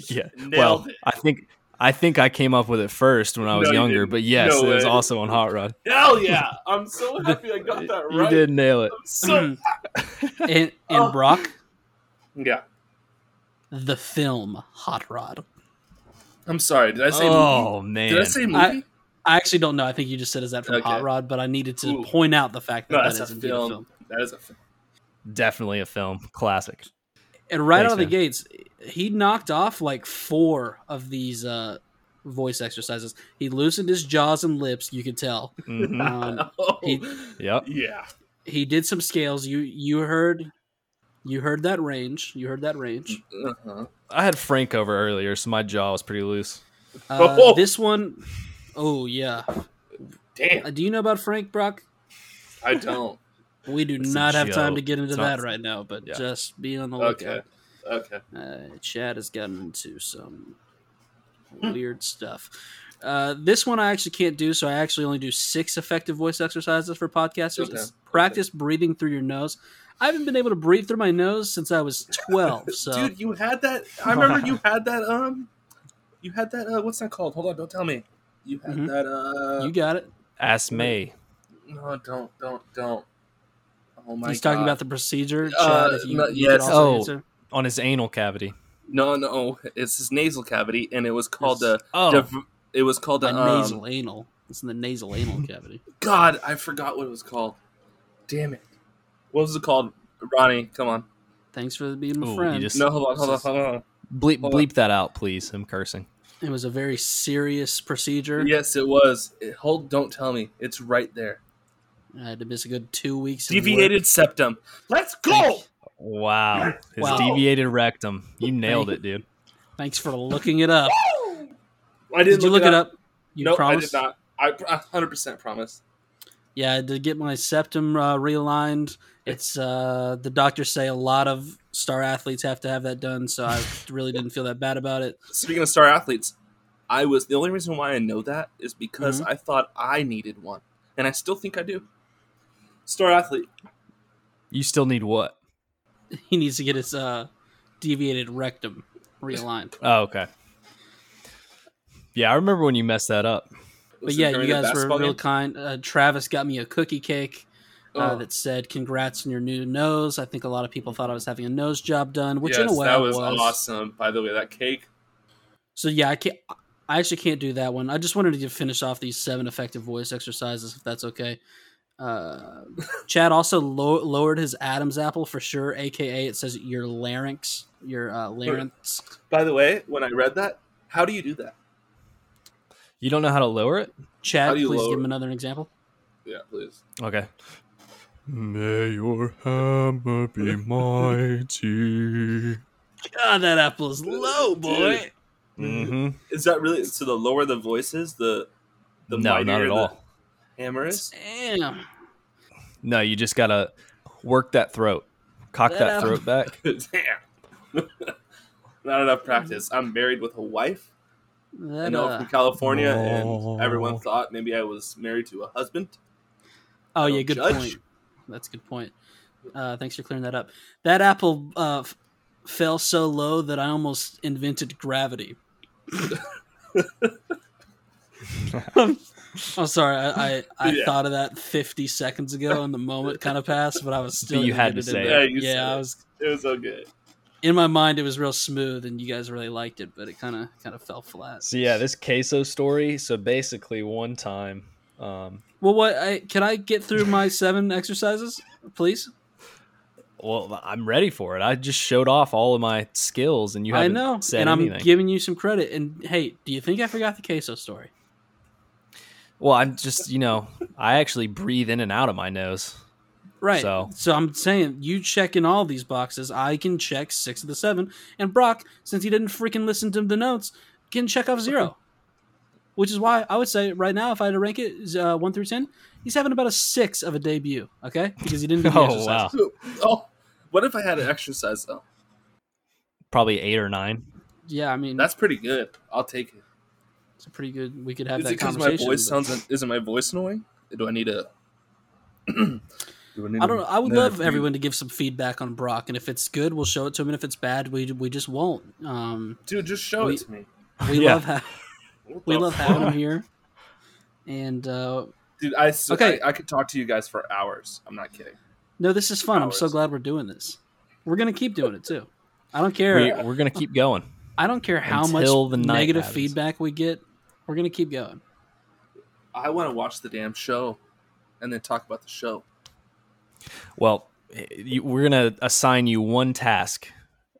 [SPEAKER 1] Yeah.
[SPEAKER 3] Nailed
[SPEAKER 1] well,
[SPEAKER 3] it.
[SPEAKER 1] I think I think I came up with it first when I was
[SPEAKER 3] No, you
[SPEAKER 1] younger,
[SPEAKER 3] didn't.
[SPEAKER 1] but yes,
[SPEAKER 3] No
[SPEAKER 1] it was
[SPEAKER 3] way.
[SPEAKER 1] also on Hot Rod.
[SPEAKER 3] Hell yeah! I'm so happy I got that
[SPEAKER 1] You
[SPEAKER 3] right.
[SPEAKER 1] did nail it.
[SPEAKER 3] I'm so
[SPEAKER 2] and,
[SPEAKER 3] Oh.
[SPEAKER 2] and hmm. Brock,
[SPEAKER 3] Hmm. yeah.
[SPEAKER 2] the film Hot Rod.
[SPEAKER 3] I'm sorry. Did I say?
[SPEAKER 1] Oh
[SPEAKER 3] movie?
[SPEAKER 1] man.
[SPEAKER 3] Did I say movie?
[SPEAKER 2] I- I actually don't know. I think you just said is that from
[SPEAKER 3] Okay.
[SPEAKER 2] Hot Rod, but I needed to
[SPEAKER 3] Ooh.
[SPEAKER 2] point out the fact that
[SPEAKER 3] no,
[SPEAKER 2] that is
[SPEAKER 3] that's a
[SPEAKER 2] indeed
[SPEAKER 3] film.
[SPEAKER 2] a film.
[SPEAKER 3] That is a film.
[SPEAKER 1] Definitely a film classic.
[SPEAKER 2] And right
[SPEAKER 1] Thanks,
[SPEAKER 2] out of the
[SPEAKER 1] man.
[SPEAKER 2] gates, he knocked off like four of these uh, voice exercises. He loosened his jaws and lips. You could tell.
[SPEAKER 1] Mhm.
[SPEAKER 2] Um,
[SPEAKER 3] Oh,
[SPEAKER 1] yep.
[SPEAKER 3] yeah.
[SPEAKER 2] he did some scales. You you heard, you heard that range. You heard that range. Uh,
[SPEAKER 3] Uh-huh.
[SPEAKER 1] I had Frank over earlier, so my jaw was pretty loose.
[SPEAKER 2] Uh,
[SPEAKER 3] Oh.
[SPEAKER 2] This one, oh yeah.
[SPEAKER 3] Damn,
[SPEAKER 2] Uh, do you know about Frank Brock?
[SPEAKER 3] I don't.
[SPEAKER 2] We do
[SPEAKER 1] It's a
[SPEAKER 2] not have time to
[SPEAKER 1] joke.
[SPEAKER 2] get into
[SPEAKER 1] It's
[SPEAKER 2] that
[SPEAKER 1] not-
[SPEAKER 2] right now, but
[SPEAKER 1] Yeah.
[SPEAKER 2] just be on the
[SPEAKER 3] Okay.
[SPEAKER 2] lookout.
[SPEAKER 3] Okay.
[SPEAKER 2] Uh, Chad has gotten into some weird stuff. Uh, this one I actually can't do, so I actually only do six effective voice exercises for podcasters.
[SPEAKER 3] Okay.
[SPEAKER 2] It's practice breathing through your nose. I haven't been able to breathe through my nose since I was 12, so
[SPEAKER 3] Dude, you had that. I remember you had that. Um, you had that. Uh, what's that called? Hold on, don't tell me. You had
[SPEAKER 1] Mm-hmm.
[SPEAKER 2] Mhm.
[SPEAKER 3] that. Uh,
[SPEAKER 2] you got it.
[SPEAKER 1] Ask May.
[SPEAKER 3] no, don't, don't, don't. Oh my
[SPEAKER 2] He's
[SPEAKER 3] god.
[SPEAKER 2] talking about the procedure. Chad,
[SPEAKER 3] Uh,
[SPEAKER 2] if you,
[SPEAKER 3] no,
[SPEAKER 2] you could
[SPEAKER 3] yes.
[SPEAKER 2] also
[SPEAKER 1] Oh.
[SPEAKER 2] answer.
[SPEAKER 1] On his anal cavity.
[SPEAKER 3] no, no. It's his nasal cavity, and it was called the.
[SPEAKER 2] It's-
[SPEAKER 1] Oh,
[SPEAKER 3] it was called the.
[SPEAKER 2] By
[SPEAKER 3] um,
[SPEAKER 2] nasal anal. It's in the nasal anal cavity.
[SPEAKER 3] God, I forgot what it was called. Damn it. What was it called? Ronnie, come on.
[SPEAKER 2] Thanks for being my
[SPEAKER 1] Ooh, you
[SPEAKER 2] friend.
[SPEAKER 1] just-
[SPEAKER 3] No, hold on, hold on, hold on.
[SPEAKER 1] bleep
[SPEAKER 3] hold
[SPEAKER 1] bleep that out, please. I'm cursing.
[SPEAKER 2] It was a very serious procedure.
[SPEAKER 3] Yes, it was. It- hold, don't tell me. It's right there.
[SPEAKER 2] I had to miss a good two weeks. of work.
[SPEAKER 3] Deviated septum. Let's go.
[SPEAKER 1] Wow. His
[SPEAKER 2] Wow.
[SPEAKER 1] deviated rectum. You nailed it, dude.
[SPEAKER 2] Thanks for looking it up.
[SPEAKER 3] I didn't
[SPEAKER 2] Did you look it up? You
[SPEAKER 3] No, I
[SPEAKER 2] promise?
[SPEAKER 3] did not. I pr- I 100% promise.
[SPEAKER 2] Yeah, I did get my septum uh, realigned. It's uh, the doctors say a lot of star athletes have to have that done, so I really didn't feel that bad about it.
[SPEAKER 3] Speaking of star athletes, I was the only reason why I know that is because
[SPEAKER 2] Mm-hmm.
[SPEAKER 3] I thought I needed one, and I still think I do. Star athlete.
[SPEAKER 1] You still need what?
[SPEAKER 2] He needs to get his uh, deviated rectum realigned.
[SPEAKER 1] Oh, okay. Yeah, I remember when you messed that up.
[SPEAKER 2] But
[SPEAKER 3] Was it
[SPEAKER 2] yeah,
[SPEAKER 3] during
[SPEAKER 2] you
[SPEAKER 3] the
[SPEAKER 2] guys were
[SPEAKER 3] basketball
[SPEAKER 2] real
[SPEAKER 3] game?
[SPEAKER 2] kind. Uh, Travis got me a cookie cake uh,
[SPEAKER 3] Oh,
[SPEAKER 2] that said "Congrats on your new nose." I think a lot of people thought I was having a nose job done, which in a
[SPEAKER 3] yes,
[SPEAKER 2] way I
[SPEAKER 3] that was,
[SPEAKER 2] was.
[SPEAKER 3] awesome. By the way, that cake.
[SPEAKER 2] So yeah, I can't. I actually can't do that one. I just wanted to finish off these seven effective voice exercises, if that's okay. Uh, Chad also lo- lowered his Adam's apple for sure, aka it says your larynx, your uh, larynx.
[SPEAKER 3] By the way, when I read that, how do you do that?
[SPEAKER 1] You don't know how to lower it?
[SPEAKER 2] Chad,
[SPEAKER 3] How do
[SPEAKER 2] please
[SPEAKER 3] you lower
[SPEAKER 2] give him
[SPEAKER 3] it?
[SPEAKER 2] another example.
[SPEAKER 3] Yeah, please.
[SPEAKER 1] Okay.
[SPEAKER 4] May your hammer be mighty.
[SPEAKER 2] God, that apple is low, boy.
[SPEAKER 3] Dude.
[SPEAKER 1] hmm
[SPEAKER 3] Is that really so? The lower the voice is, the the
[SPEAKER 1] No, not
[SPEAKER 3] mightier
[SPEAKER 1] at
[SPEAKER 3] the
[SPEAKER 1] all.
[SPEAKER 3] Hammer is.
[SPEAKER 2] Damn.
[SPEAKER 1] No, you just gotta work that throat, cock
[SPEAKER 2] That
[SPEAKER 1] that,
[SPEAKER 2] up.
[SPEAKER 1] throat back.
[SPEAKER 3] Damn. Not enough practice. I'm married with a wife. I
[SPEAKER 2] That,
[SPEAKER 3] know I'm
[SPEAKER 2] uh,
[SPEAKER 3] from California,
[SPEAKER 4] No.
[SPEAKER 3] and everyone thought maybe I was married to a husband.
[SPEAKER 2] oh
[SPEAKER 3] Don't
[SPEAKER 2] yeah, good
[SPEAKER 3] judge.
[SPEAKER 2] point. That's a good point. Uh, thanks for clearing that up. That apple uh, f- fell so low that I almost invented gravity. I'm sorry. I I, I
[SPEAKER 3] Yeah.
[SPEAKER 2] thought of that 50 seconds ago, and the moment kind of passed, but I was still.
[SPEAKER 1] you had to
[SPEAKER 2] edited
[SPEAKER 1] say
[SPEAKER 2] in
[SPEAKER 1] it.
[SPEAKER 2] there.
[SPEAKER 3] Yeah, you said
[SPEAKER 2] I
[SPEAKER 3] it.
[SPEAKER 2] was
[SPEAKER 3] It was so good.
[SPEAKER 2] in my mind. It was real smooth, and you guys really liked it, but it kind of kind of fell flat.
[SPEAKER 1] So yeah, this queso story. So basically, one time, um,
[SPEAKER 2] Well, what I, can I get through my seven exercises, please?
[SPEAKER 1] well, I'm ready for it. I just showed off all of my skills, and you
[SPEAKER 2] I
[SPEAKER 1] haven't
[SPEAKER 2] know,
[SPEAKER 1] said
[SPEAKER 2] and I'm
[SPEAKER 1] anything.
[SPEAKER 2] giving you some credit. And hey, do you think I forgot the queso story?
[SPEAKER 1] Well, I'm just, you know, I actually breathe in and out of my nose.
[SPEAKER 2] Right. So.
[SPEAKER 1] So-
[SPEAKER 2] I'm saying you check in all these boxes. I can check six of the seven, and Brock, since he didn't freaking listen to the notes, can check off zero. Which is why I would say right now, if I had to rank it uh, one through ten, he's having about a six of a debut. Okay, because he didn't do the
[SPEAKER 1] Oh,
[SPEAKER 2] exercise.
[SPEAKER 1] wow.
[SPEAKER 3] Oh, what if I had an exercise though?
[SPEAKER 1] Probably eight or nine.
[SPEAKER 2] Yeah, I mean
[SPEAKER 3] That's pretty good. I'll take it.
[SPEAKER 2] it's a pretty good. We could have
[SPEAKER 3] Is it
[SPEAKER 2] that
[SPEAKER 3] because my
[SPEAKER 2] conversation.
[SPEAKER 3] voice
[SPEAKER 2] but-
[SPEAKER 3] sounds? Isn't my voice annoying? Do I need a? do need
[SPEAKER 2] I don't know. I would
[SPEAKER 3] another
[SPEAKER 2] love
[SPEAKER 3] few-
[SPEAKER 2] everyone to give some feedback on Brock, and if it's good, we'll show it to him, and if it's bad, we we just won't. Um,
[SPEAKER 3] Dude, just show
[SPEAKER 2] We-
[SPEAKER 3] it to me.
[SPEAKER 2] we
[SPEAKER 1] Yeah.
[SPEAKER 2] love ha-
[SPEAKER 3] What
[SPEAKER 2] we
[SPEAKER 3] the
[SPEAKER 2] love
[SPEAKER 3] fuck?
[SPEAKER 2] having him here, and uh,
[SPEAKER 3] Dude, I s-
[SPEAKER 2] Okay.
[SPEAKER 3] I, I could talk to you guys for hours. I'm not kidding.
[SPEAKER 2] No, this is fun. I'm so
[SPEAKER 3] Hours.
[SPEAKER 2] glad we're doing this. We're gonna keep doing it too. I don't care.
[SPEAKER 1] We, we're going to keep going.
[SPEAKER 2] I don't care how much
[SPEAKER 1] until the night
[SPEAKER 2] negative
[SPEAKER 1] happens.
[SPEAKER 2] feedback we get. We're gonna keep going.
[SPEAKER 3] I want to watch the damn show, and then talk about the show.
[SPEAKER 1] Well, eh, you, we're going to assign you one task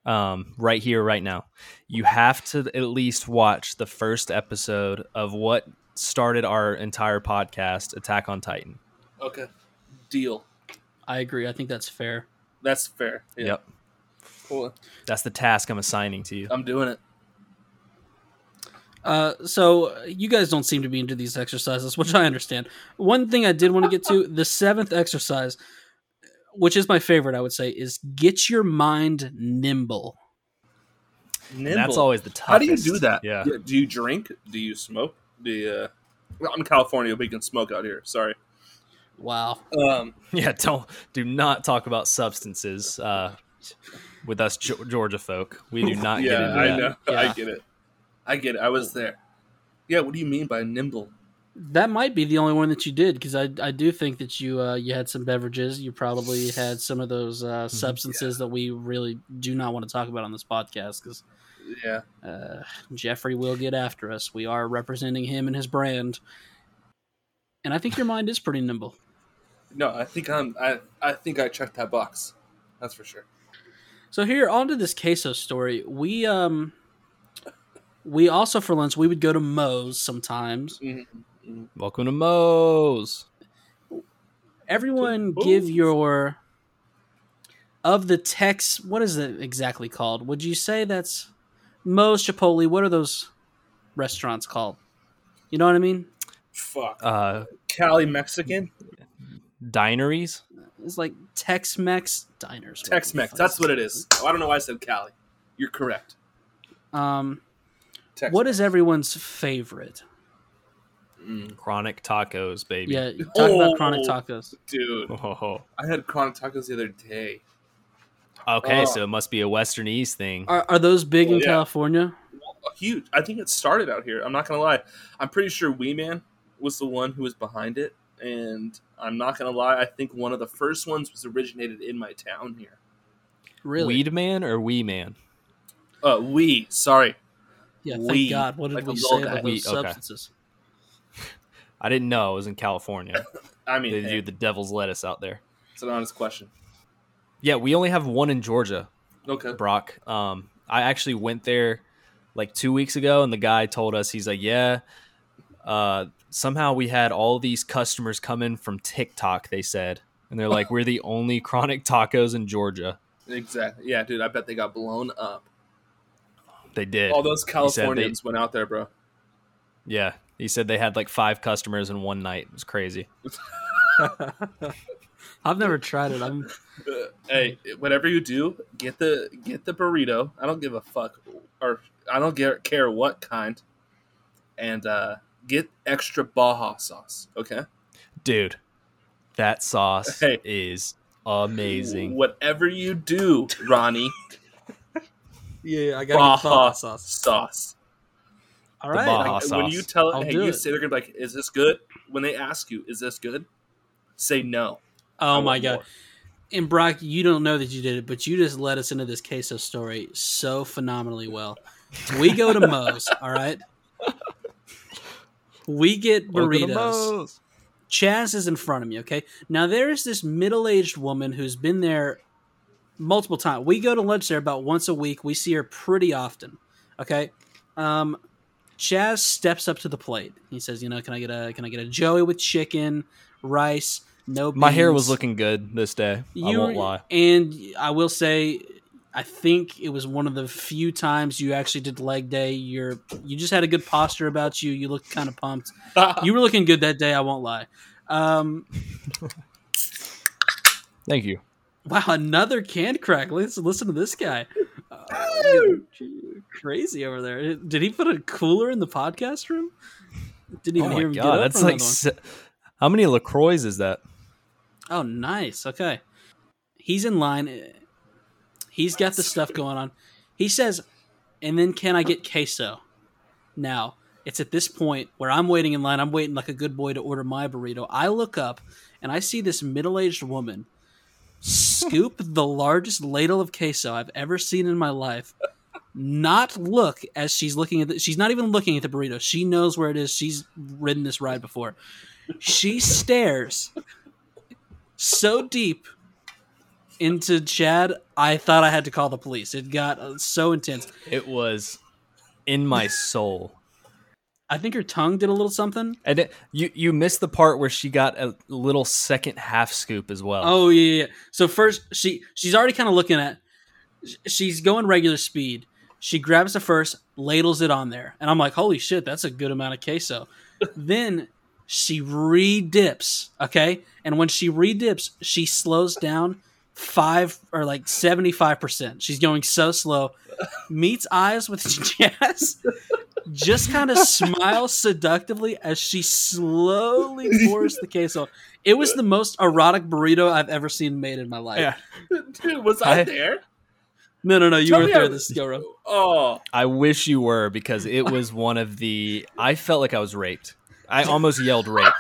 [SPEAKER 1] um, right here, right now. You have to at least watch the first episode of what started our entire podcast, Attack on Titan.
[SPEAKER 3] Okay, deal.
[SPEAKER 2] I agree. I think that's fair.
[SPEAKER 3] That's fair. Yeah.
[SPEAKER 1] Yep.
[SPEAKER 3] Cool.
[SPEAKER 1] That's the task I'm assigning to you.
[SPEAKER 3] I'm doing it.
[SPEAKER 2] Uh, so uh, you guys don't seem to be into these exercises, which I understand. One thing I did want to get to the seventh exercise, which is my favorite, I would say, is get your mind nimble.
[SPEAKER 1] And that's
[SPEAKER 3] Nimble.
[SPEAKER 1] always the toughest.
[SPEAKER 3] How do you do that?
[SPEAKER 1] Yeah.
[SPEAKER 3] Do you drink? Do you smoke? Do you? Uh, well, I'm in California, but you can smoke out here. Sorry.
[SPEAKER 2] Wow.
[SPEAKER 3] Um,
[SPEAKER 1] Yeah, don't do not talk about substances uh, with us Ge- Georgia folk. We do not get
[SPEAKER 3] yeah,
[SPEAKER 1] into
[SPEAKER 3] I
[SPEAKER 1] that.
[SPEAKER 3] know.
[SPEAKER 2] Yeah.
[SPEAKER 3] I get it. I get it. I was there. Yeah. What do you mean by nimble?
[SPEAKER 2] That might be the only one that you did because I, I do think that you uh, you had some beverages. You probably had some of those uh, substances that we really do not want to talk about on this podcast because
[SPEAKER 3] Yeah.
[SPEAKER 2] uh, Jeffrey will get after us. We are representing him and his brand, and I think your mind is pretty nimble.
[SPEAKER 3] No, I think I'm. I I think I checked that box. That's for sure.
[SPEAKER 2] So here, on to this queso story. We um, we also for lunch we would go to Moe's sometimes.
[SPEAKER 3] Mm-hmm.
[SPEAKER 1] Welcome to Moe's.
[SPEAKER 2] Everyone,
[SPEAKER 3] Moe's.
[SPEAKER 2] give your of the Tex. What is it exactly called? Would you say that's Moe's Chipotle? What are those restaurants called? You know what I mean?
[SPEAKER 3] Fuck.
[SPEAKER 1] Uh,
[SPEAKER 3] Cali Mexican
[SPEAKER 1] dineries.
[SPEAKER 2] It's like Tex Mex diners. whatever the
[SPEAKER 3] Tex-Mex.
[SPEAKER 2] fuck
[SPEAKER 3] That's what it is. Oh, I don't know why I said Cali. You're correct.
[SPEAKER 2] Um,
[SPEAKER 3] Tex.
[SPEAKER 2] what is everyone's favorite?
[SPEAKER 3] mm.
[SPEAKER 1] Chronic tacos, baby.
[SPEAKER 2] Yeah, talk
[SPEAKER 3] Oh.
[SPEAKER 2] about chronic tacos.
[SPEAKER 3] dude?
[SPEAKER 1] Ho, ho, ho.
[SPEAKER 3] I had chronic tacos the other day.
[SPEAKER 1] Okay,
[SPEAKER 3] Oh.
[SPEAKER 1] so it must be a Western East thing.
[SPEAKER 2] Are, are those big in
[SPEAKER 3] Yeah.
[SPEAKER 2] California?
[SPEAKER 3] huge. I think it started out here. I'm not gonna lie. I'm pretty sure Wee Man was the one who was behind it, and I'm not gonna lie. I think one of the first ones was originated in my town here.
[SPEAKER 2] Really?
[SPEAKER 1] Weed man or wee man?
[SPEAKER 3] Uh, we sorry,
[SPEAKER 2] yeah, thank
[SPEAKER 3] weed,
[SPEAKER 2] God. What did
[SPEAKER 3] like
[SPEAKER 2] we
[SPEAKER 3] the
[SPEAKER 2] say
[SPEAKER 3] little
[SPEAKER 2] about
[SPEAKER 3] guy.
[SPEAKER 2] those
[SPEAKER 1] Weed, okay.
[SPEAKER 2] substances?
[SPEAKER 1] I didn't know. It was in California.
[SPEAKER 3] I mean
[SPEAKER 1] they
[SPEAKER 3] hey,
[SPEAKER 1] do the devil's lettuce out there.
[SPEAKER 3] it's an honest question.
[SPEAKER 1] Yeah, we only have one in Georgia,
[SPEAKER 3] Okay,
[SPEAKER 1] Brock. Um, I actually went there like two weeks ago, and the guy told us he's like, yeah. Uh, somehow we had all these customers come in from TikTok. They said, and they're like, we're the only chronic tacos in Georgia.
[SPEAKER 3] exactly. Yeah, dude. I bet they got blown up.
[SPEAKER 1] They did.
[SPEAKER 3] All those
[SPEAKER 1] they-
[SPEAKER 3] Californians went out there, bro.
[SPEAKER 1] Yeah, he said they had like five customers in one night. It was crazy.
[SPEAKER 2] I've never tried it. I'm
[SPEAKER 3] Uh, hey, whatever you do, get the get the burrito. I don't give a fuck, or I don't care, care what kind, and uh, get extra Baja sauce. Okay,
[SPEAKER 1] Dude, that sauce
[SPEAKER 3] Hey.
[SPEAKER 1] is amazing.
[SPEAKER 3] Whatever you do, Ronnie,
[SPEAKER 2] yeah, I got
[SPEAKER 3] Baja sauce.
[SPEAKER 2] All
[SPEAKER 1] The
[SPEAKER 2] right,
[SPEAKER 1] Baja.
[SPEAKER 3] Like, when
[SPEAKER 1] Ah, sauce.
[SPEAKER 3] you tell,
[SPEAKER 2] I'll
[SPEAKER 3] hey,
[SPEAKER 2] do
[SPEAKER 3] you
[SPEAKER 2] it.
[SPEAKER 3] say they're gonna be like, "Is this good?" When they ask you, "Is this good?" Say no. I
[SPEAKER 2] Oh
[SPEAKER 3] want
[SPEAKER 2] my god.
[SPEAKER 3] more.
[SPEAKER 2] And Brock, you don't know that you did it, but you just led us into this queso story so phenomenally well. We go to Moe's, all right? We get
[SPEAKER 1] Welcome to
[SPEAKER 2] burritos.
[SPEAKER 1] Moe's.
[SPEAKER 2] Chaz is in front of me, okay? Now there is this middle-aged woman who's been there multiple times. We go to lunch there about once a week. We see her pretty often, okay? Um Chaz steps up to the plate. He says, "You know, can I get a can I get a Joey with chicken, rice, no?"
[SPEAKER 1] My hair
[SPEAKER 2] beans?"
[SPEAKER 1] was looking good this day. I won't lie.
[SPEAKER 2] And I will say, I think it was one of the few times you actually did leg day. You're you just had a good posture about you. You looked kind of pumped.
[SPEAKER 1] Uh,
[SPEAKER 2] You were looking good that day. I won't lie. Um,
[SPEAKER 1] Thank you.
[SPEAKER 2] wow, another can crack. Listen, listen to this guy. Uh, crazy over there. Did he put a cooler in the podcast room? Didn't
[SPEAKER 1] Oh
[SPEAKER 2] even
[SPEAKER 1] my
[SPEAKER 2] hear him get
[SPEAKER 1] god,
[SPEAKER 2] up
[SPEAKER 1] that's
[SPEAKER 2] for
[SPEAKER 1] like
[SPEAKER 2] another one.
[SPEAKER 1] se- how many Lacroix is that?
[SPEAKER 2] Oh, nice. Okay. He's in line. He's got the stuff going on. He says, and then can I get queso? Now, it's at this point where I'm waiting in line. I'm waiting like a good boy to order my burrito. I look up and I see this middle aged woman scoop the largest ladle of queso I've ever seen in my life. Not look as she's looking at the, she's not even looking at the burrito. She knows where it is. She's ridden this ride before. She stares so deep into Chad, I thought I had to call the police. It got uh, so intense.
[SPEAKER 1] It was in my soul.
[SPEAKER 2] I think her tongue did a little something.
[SPEAKER 1] And it, you you missed the part where she got a little second half scoop as well.
[SPEAKER 2] Oh yeah, yeah, yeah. So first she she's already kind of looking at she's going regular speed. She grabs the first, ladles it on there. And I'm like, "Holy shit, that's a good amount of queso." then she re-dips, okay? And when she re-dips, she slows down 5 or like 75%. She's going so slow. Meets eyes with Jazz. Just kind of smiles seductively as she slowly pours the queso. It was the most erotic burrito I've ever seen made in my life.
[SPEAKER 1] Yeah.
[SPEAKER 3] Dude, was I,
[SPEAKER 1] I-
[SPEAKER 3] there?
[SPEAKER 2] No, no, no. You
[SPEAKER 3] Tell
[SPEAKER 2] weren't
[SPEAKER 3] me I
[SPEAKER 2] there
[SPEAKER 3] was-
[SPEAKER 2] this go round.
[SPEAKER 3] Oh,
[SPEAKER 1] I wish you were because it was one of the I felt like I was raped. I almost yelled rape.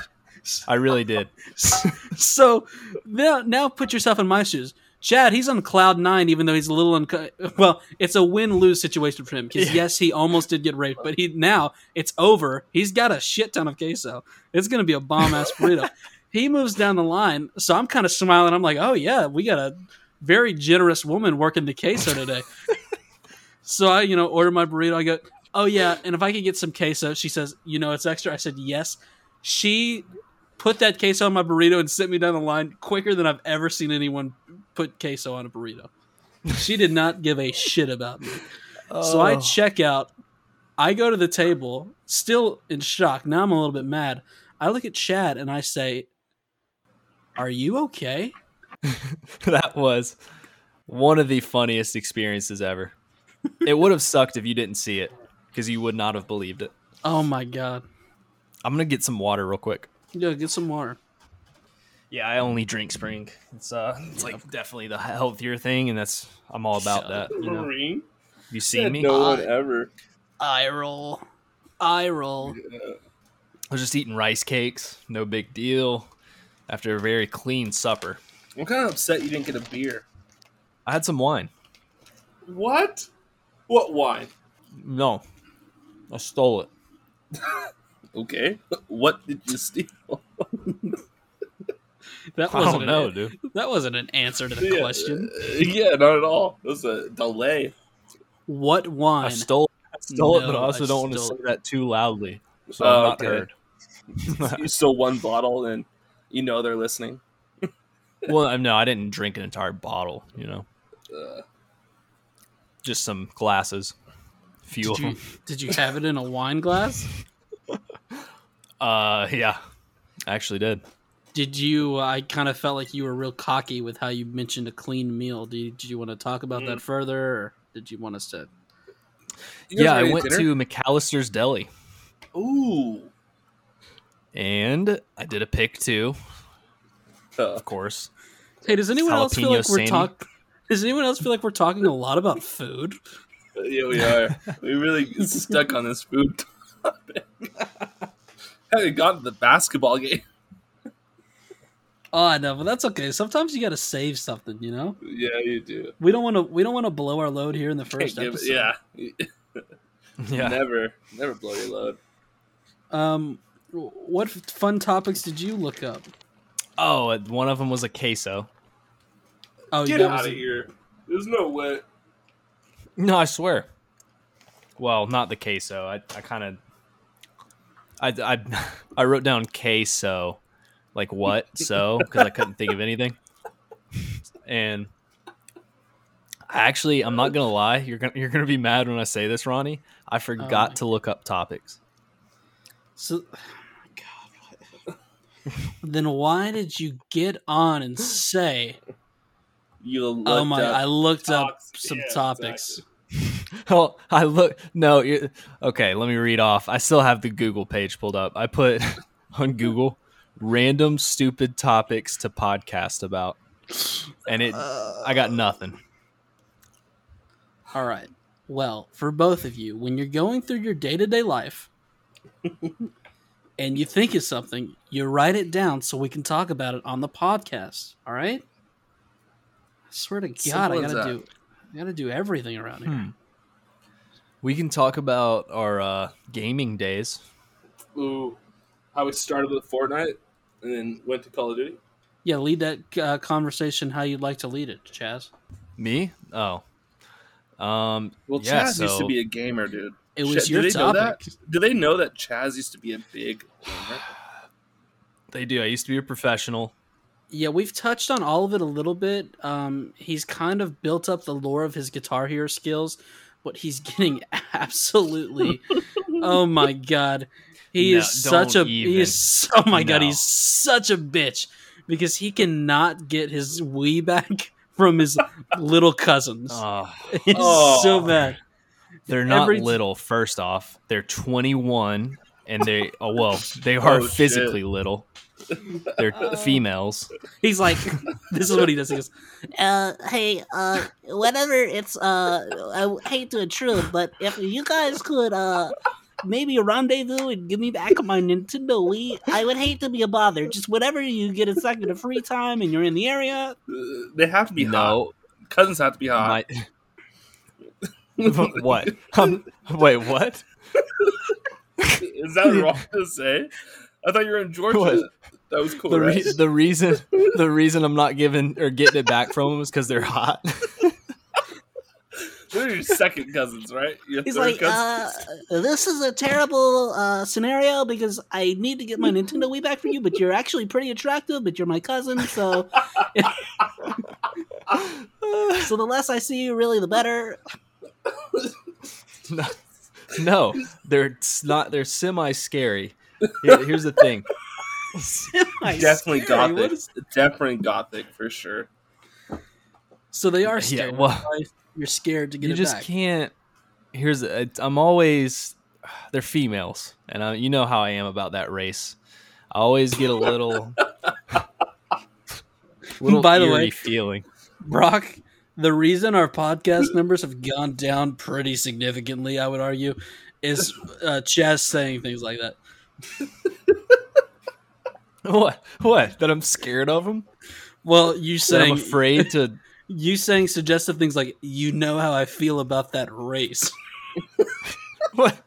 [SPEAKER 1] I really did.
[SPEAKER 2] So now, now put yourself in my shoes. Chad, he's on cloud nine, even though he's a little unco- well. It's a win lose situation for him because
[SPEAKER 1] Yeah.
[SPEAKER 2] yes, he almost did get raped, but he now it's over. He's got a shit ton of queso. It's gonna be a bomb ass burrito. he moves down the line, so I'm kind of smiling. I'm like, oh yeah, we got a very generous woman working the queso today. so I, you know, order my burrito. I go, oh yeah, and if I could get some queso, she says, you know, it's extra. I said yes. She put that queso on my burrito and sent me down the line quicker than I've ever seen anyone put queso on a burrito. She did not give a shit about me. So I
[SPEAKER 1] Oh.
[SPEAKER 2] check out. I go to the table, still in shock. Now I'm a little bit mad. I look at Chad and I say, Are you okay?
[SPEAKER 1] that was one of the funniest experiences ever. It would have sucked if you didn't see it because you would not have believed it.
[SPEAKER 2] Oh my God.
[SPEAKER 1] I'm gonna get some water real quick.
[SPEAKER 2] Yeah, get some water.
[SPEAKER 1] Yeah, I only drink spring. It's uh, it's like definitely the healthier thing, and that's I'm all about that. You know,
[SPEAKER 3] Marine?
[SPEAKER 1] you see
[SPEAKER 3] Said
[SPEAKER 1] me?
[SPEAKER 3] No
[SPEAKER 1] I
[SPEAKER 3] one ever.
[SPEAKER 2] I roll. I roll.
[SPEAKER 1] was just eating rice cakes, no big deal. After a very clean supper,
[SPEAKER 3] I'm kind of upset you didn't get a beer.
[SPEAKER 1] I had some wine.
[SPEAKER 3] What? What wine?
[SPEAKER 1] No, I stole it.
[SPEAKER 3] Okay. What did you steal?
[SPEAKER 2] That
[SPEAKER 1] I
[SPEAKER 2] wasn't
[SPEAKER 1] don't
[SPEAKER 2] an-
[SPEAKER 1] know, dude.
[SPEAKER 2] That wasn't an answer to the
[SPEAKER 3] Yeah,
[SPEAKER 2] question.
[SPEAKER 3] uh, yeah, not at all. It was a delay.
[SPEAKER 2] What wine?
[SPEAKER 1] I stole. I stole it, but
[SPEAKER 2] No,
[SPEAKER 1] I also
[SPEAKER 2] I
[SPEAKER 1] don't want to
[SPEAKER 2] stole
[SPEAKER 1] say that too loudly, so
[SPEAKER 3] Oh,
[SPEAKER 1] I'm not
[SPEAKER 3] okay.
[SPEAKER 1] heard.
[SPEAKER 3] you still one bottle, and you know they're listening.
[SPEAKER 1] well, I- no, I didn't drink an entire bottle. You know,
[SPEAKER 3] Uh,
[SPEAKER 1] just some glasses, a few
[SPEAKER 2] Did
[SPEAKER 1] of
[SPEAKER 2] you,
[SPEAKER 1] them.
[SPEAKER 2] did you have it in a wine glass?
[SPEAKER 1] Uh, yeah, I actually did.
[SPEAKER 2] Did you? uh, I kind of felt like you were real cocky with how you mentioned a clean meal. Did you, did you want to talk about
[SPEAKER 3] Mm.
[SPEAKER 2] that further, or did you want us to?
[SPEAKER 3] you guys
[SPEAKER 1] yeah, I
[SPEAKER 3] ready to
[SPEAKER 1] went
[SPEAKER 3] dinner?
[SPEAKER 1] to McAllister's Deli
[SPEAKER 3] Ooh.
[SPEAKER 1] and I did a pick too,
[SPEAKER 3] Uh,
[SPEAKER 1] of course.
[SPEAKER 2] Hey, does anyone else feel like
[SPEAKER 1] Jalapeno
[SPEAKER 2] we're
[SPEAKER 1] Sandy?
[SPEAKER 2] talking? Does anyone else feel like we're talking a lot about food?
[SPEAKER 3] yeah, we are. we really get stuck on this food topic. Haven't gotten to the basketball game.
[SPEAKER 2] Oh, I know, but that's okay. Sometimes you got to save something, you know.
[SPEAKER 3] Yeah, you do.
[SPEAKER 2] We don't want to. We don't want to blow our load here in the
[SPEAKER 3] Can't
[SPEAKER 2] first
[SPEAKER 3] give it-
[SPEAKER 2] episode.
[SPEAKER 3] yeah,
[SPEAKER 1] Yeah,
[SPEAKER 3] never, never blow your load.
[SPEAKER 2] Um, what f- fun topics did you look up?
[SPEAKER 1] Oh, and one of them was a queso.
[SPEAKER 2] Oh,
[SPEAKER 3] Get
[SPEAKER 2] that
[SPEAKER 3] out
[SPEAKER 2] was
[SPEAKER 3] of
[SPEAKER 2] a-
[SPEAKER 3] here. There's no way.
[SPEAKER 1] No, I swear. Well, not the queso. I, I kind of I, I, I wrote down K so, like what so, because I couldn't think of anything. And I actually, I'm not gonna lie. You're gonna you're gonna be mad when I say this, Ronnie. I forgot
[SPEAKER 2] my
[SPEAKER 1] to look up topics.
[SPEAKER 2] So, God. then why did you get on and say,
[SPEAKER 3] You looked
[SPEAKER 2] "Oh my, I
[SPEAKER 3] up
[SPEAKER 2] looked up
[SPEAKER 3] topics.
[SPEAKER 2] some
[SPEAKER 3] Yeah,
[SPEAKER 2] topics"?
[SPEAKER 3] exactly.
[SPEAKER 1] Oh, I look. No, you okay. Let me read off. I still have the Google page pulled up. I put on Google random stupid topics to podcast about, and it. I got nothing.
[SPEAKER 2] All right. Well, for both of you, when you're going through your day to day life and you think of something, you write it down so we can talk about it on the podcast. All right. I swear to God,
[SPEAKER 3] Simple
[SPEAKER 2] I
[SPEAKER 3] as
[SPEAKER 2] gotta
[SPEAKER 3] that.
[SPEAKER 2] do, I gotta do everything around here.
[SPEAKER 1] We can talk about our uh, gaming days.
[SPEAKER 3] Ooh, how we started with Fortnite and then went to Call of Duty.
[SPEAKER 2] Yeah, lead that uh, conversation how you'd like to lead it, Chaz.
[SPEAKER 1] Me? Oh, um,
[SPEAKER 3] Well,
[SPEAKER 1] Yeah,
[SPEAKER 3] Chaz used to
[SPEAKER 1] so-
[SPEAKER 3] be a gamer, dude.
[SPEAKER 2] It was
[SPEAKER 3] Shit,
[SPEAKER 2] your
[SPEAKER 3] do they Know that?
[SPEAKER 2] topic.
[SPEAKER 3] Do they know that Chaz used to be a big gamer?
[SPEAKER 1] they do. I used to be a professional.
[SPEAKER 2] Yeah, we've touched on all of it a little bit. Um, he's kind of built up the lore of his Guitar Hero skills, but he's getting absolutely. oh my god, he
[SPEAKER 1] No,
[SPEAKER 2] is such a
[SPEAKER 1] don't
[SPEAKER 2] he
[SPEAKER 1] even.
[SPEAKER 2] is. Oh my god,
[SPEAKER 1] No.
[SPEAKER 2] he's such a bitch because he cannot get his Wii back from his little cousins.
[SPEAKER 1] Oh,
[SPEAKER 2] It's
[SPEAKER 3] Oh.
[SPEAKER 2] so bad.
[SPEAKER 1] they're not
[SPEAKER 2] Every-
[SPEAKER 1] little. First off, they're 21, and they oh well, they are
[SPEAKER 3] Oh, shit.
[SPEAKER 1] physically little. They're females.
[SPEAKER 2] He's like, this is what he does. He goes,
[SPEAKER 5] uh, hey, uh, whatever it's, uh, I hate to intrude, but if you guys could, uh, maybe rendezvous and give me back my Nintendo Wii, I would hate to be a bother. Just whenever you get a second of free time and you're in the area,
[SPEAKER 3] Uh, They have to be hot.
[SPEAKER 1] No,
[SPEAKER 3] Cousins have to be hot.
[SPEAKER 1] my what? Um, wait, what?
[SPEAKER 3] Is that wrong to say? I thought you were in Georgia.
[SPEAKER 1] What?
[SPEAKER 3] That was cool.
[SPEAKER 1] The,
[SPEAKER 3] right?
[SPEAKER 1] re- the reason the reason I'm not giving or getting it back from them is because they're hot.
[SPEAKER 3] They're your second cousins, right? Your
[SPEAKER 5] he's
[SPEAKER 3] third
[SPEAKER 5] like, uh, this is a terrible, uh, scenario because I need to get my Nintendo Wii back from you, but you're actually pretty attractive, but you're my cousin, so, so the less I see you, really, the better.
[SPEAKER 1] No, no, they're s- not. They're semi scary. Here's the thing.
[SPEAKER 2] "Nice, scary,
[SPEAKER 3] Definitely gothic.
[SPEAKER 2] what is-"
[SPEAKER 3] Definitely gothic for sure.
[SPEAKER 2] So they are
[SPEAKER 1] Yeah,
[SPEAKER 2] scared.
[SPEAKER 1] well-
[SPEAKER 2] You're scared to get
[SPEAKER 1] You
[SPEAKER 2] it
[SPEAKER 1] just
[SPEAKER 2] back.
[SPEAKER 1] can't. Here's the- I'm always. They're females, and I, you know how I am about that race. I always get a little. little
[SPEAKER 2] By the way-
[SPEAKER 1] eerie feeling.
[SPEAKER 2] Brock, the reason our podcast numbers have gone down pretty significantly, I would argue, is uh, Chaz saying things like that.
[SPEAKER 1] What? What? That I'm scared of them.
[SPEAKER 2] Well, you
[SPEAKER 1] That I'm
[SPEAKER 2] saying
[SPEAKER 1] afraid to.
[SPEAKER 2] you saying suggestive things like you know how I feel about that race.
[SPEAKER 1] What?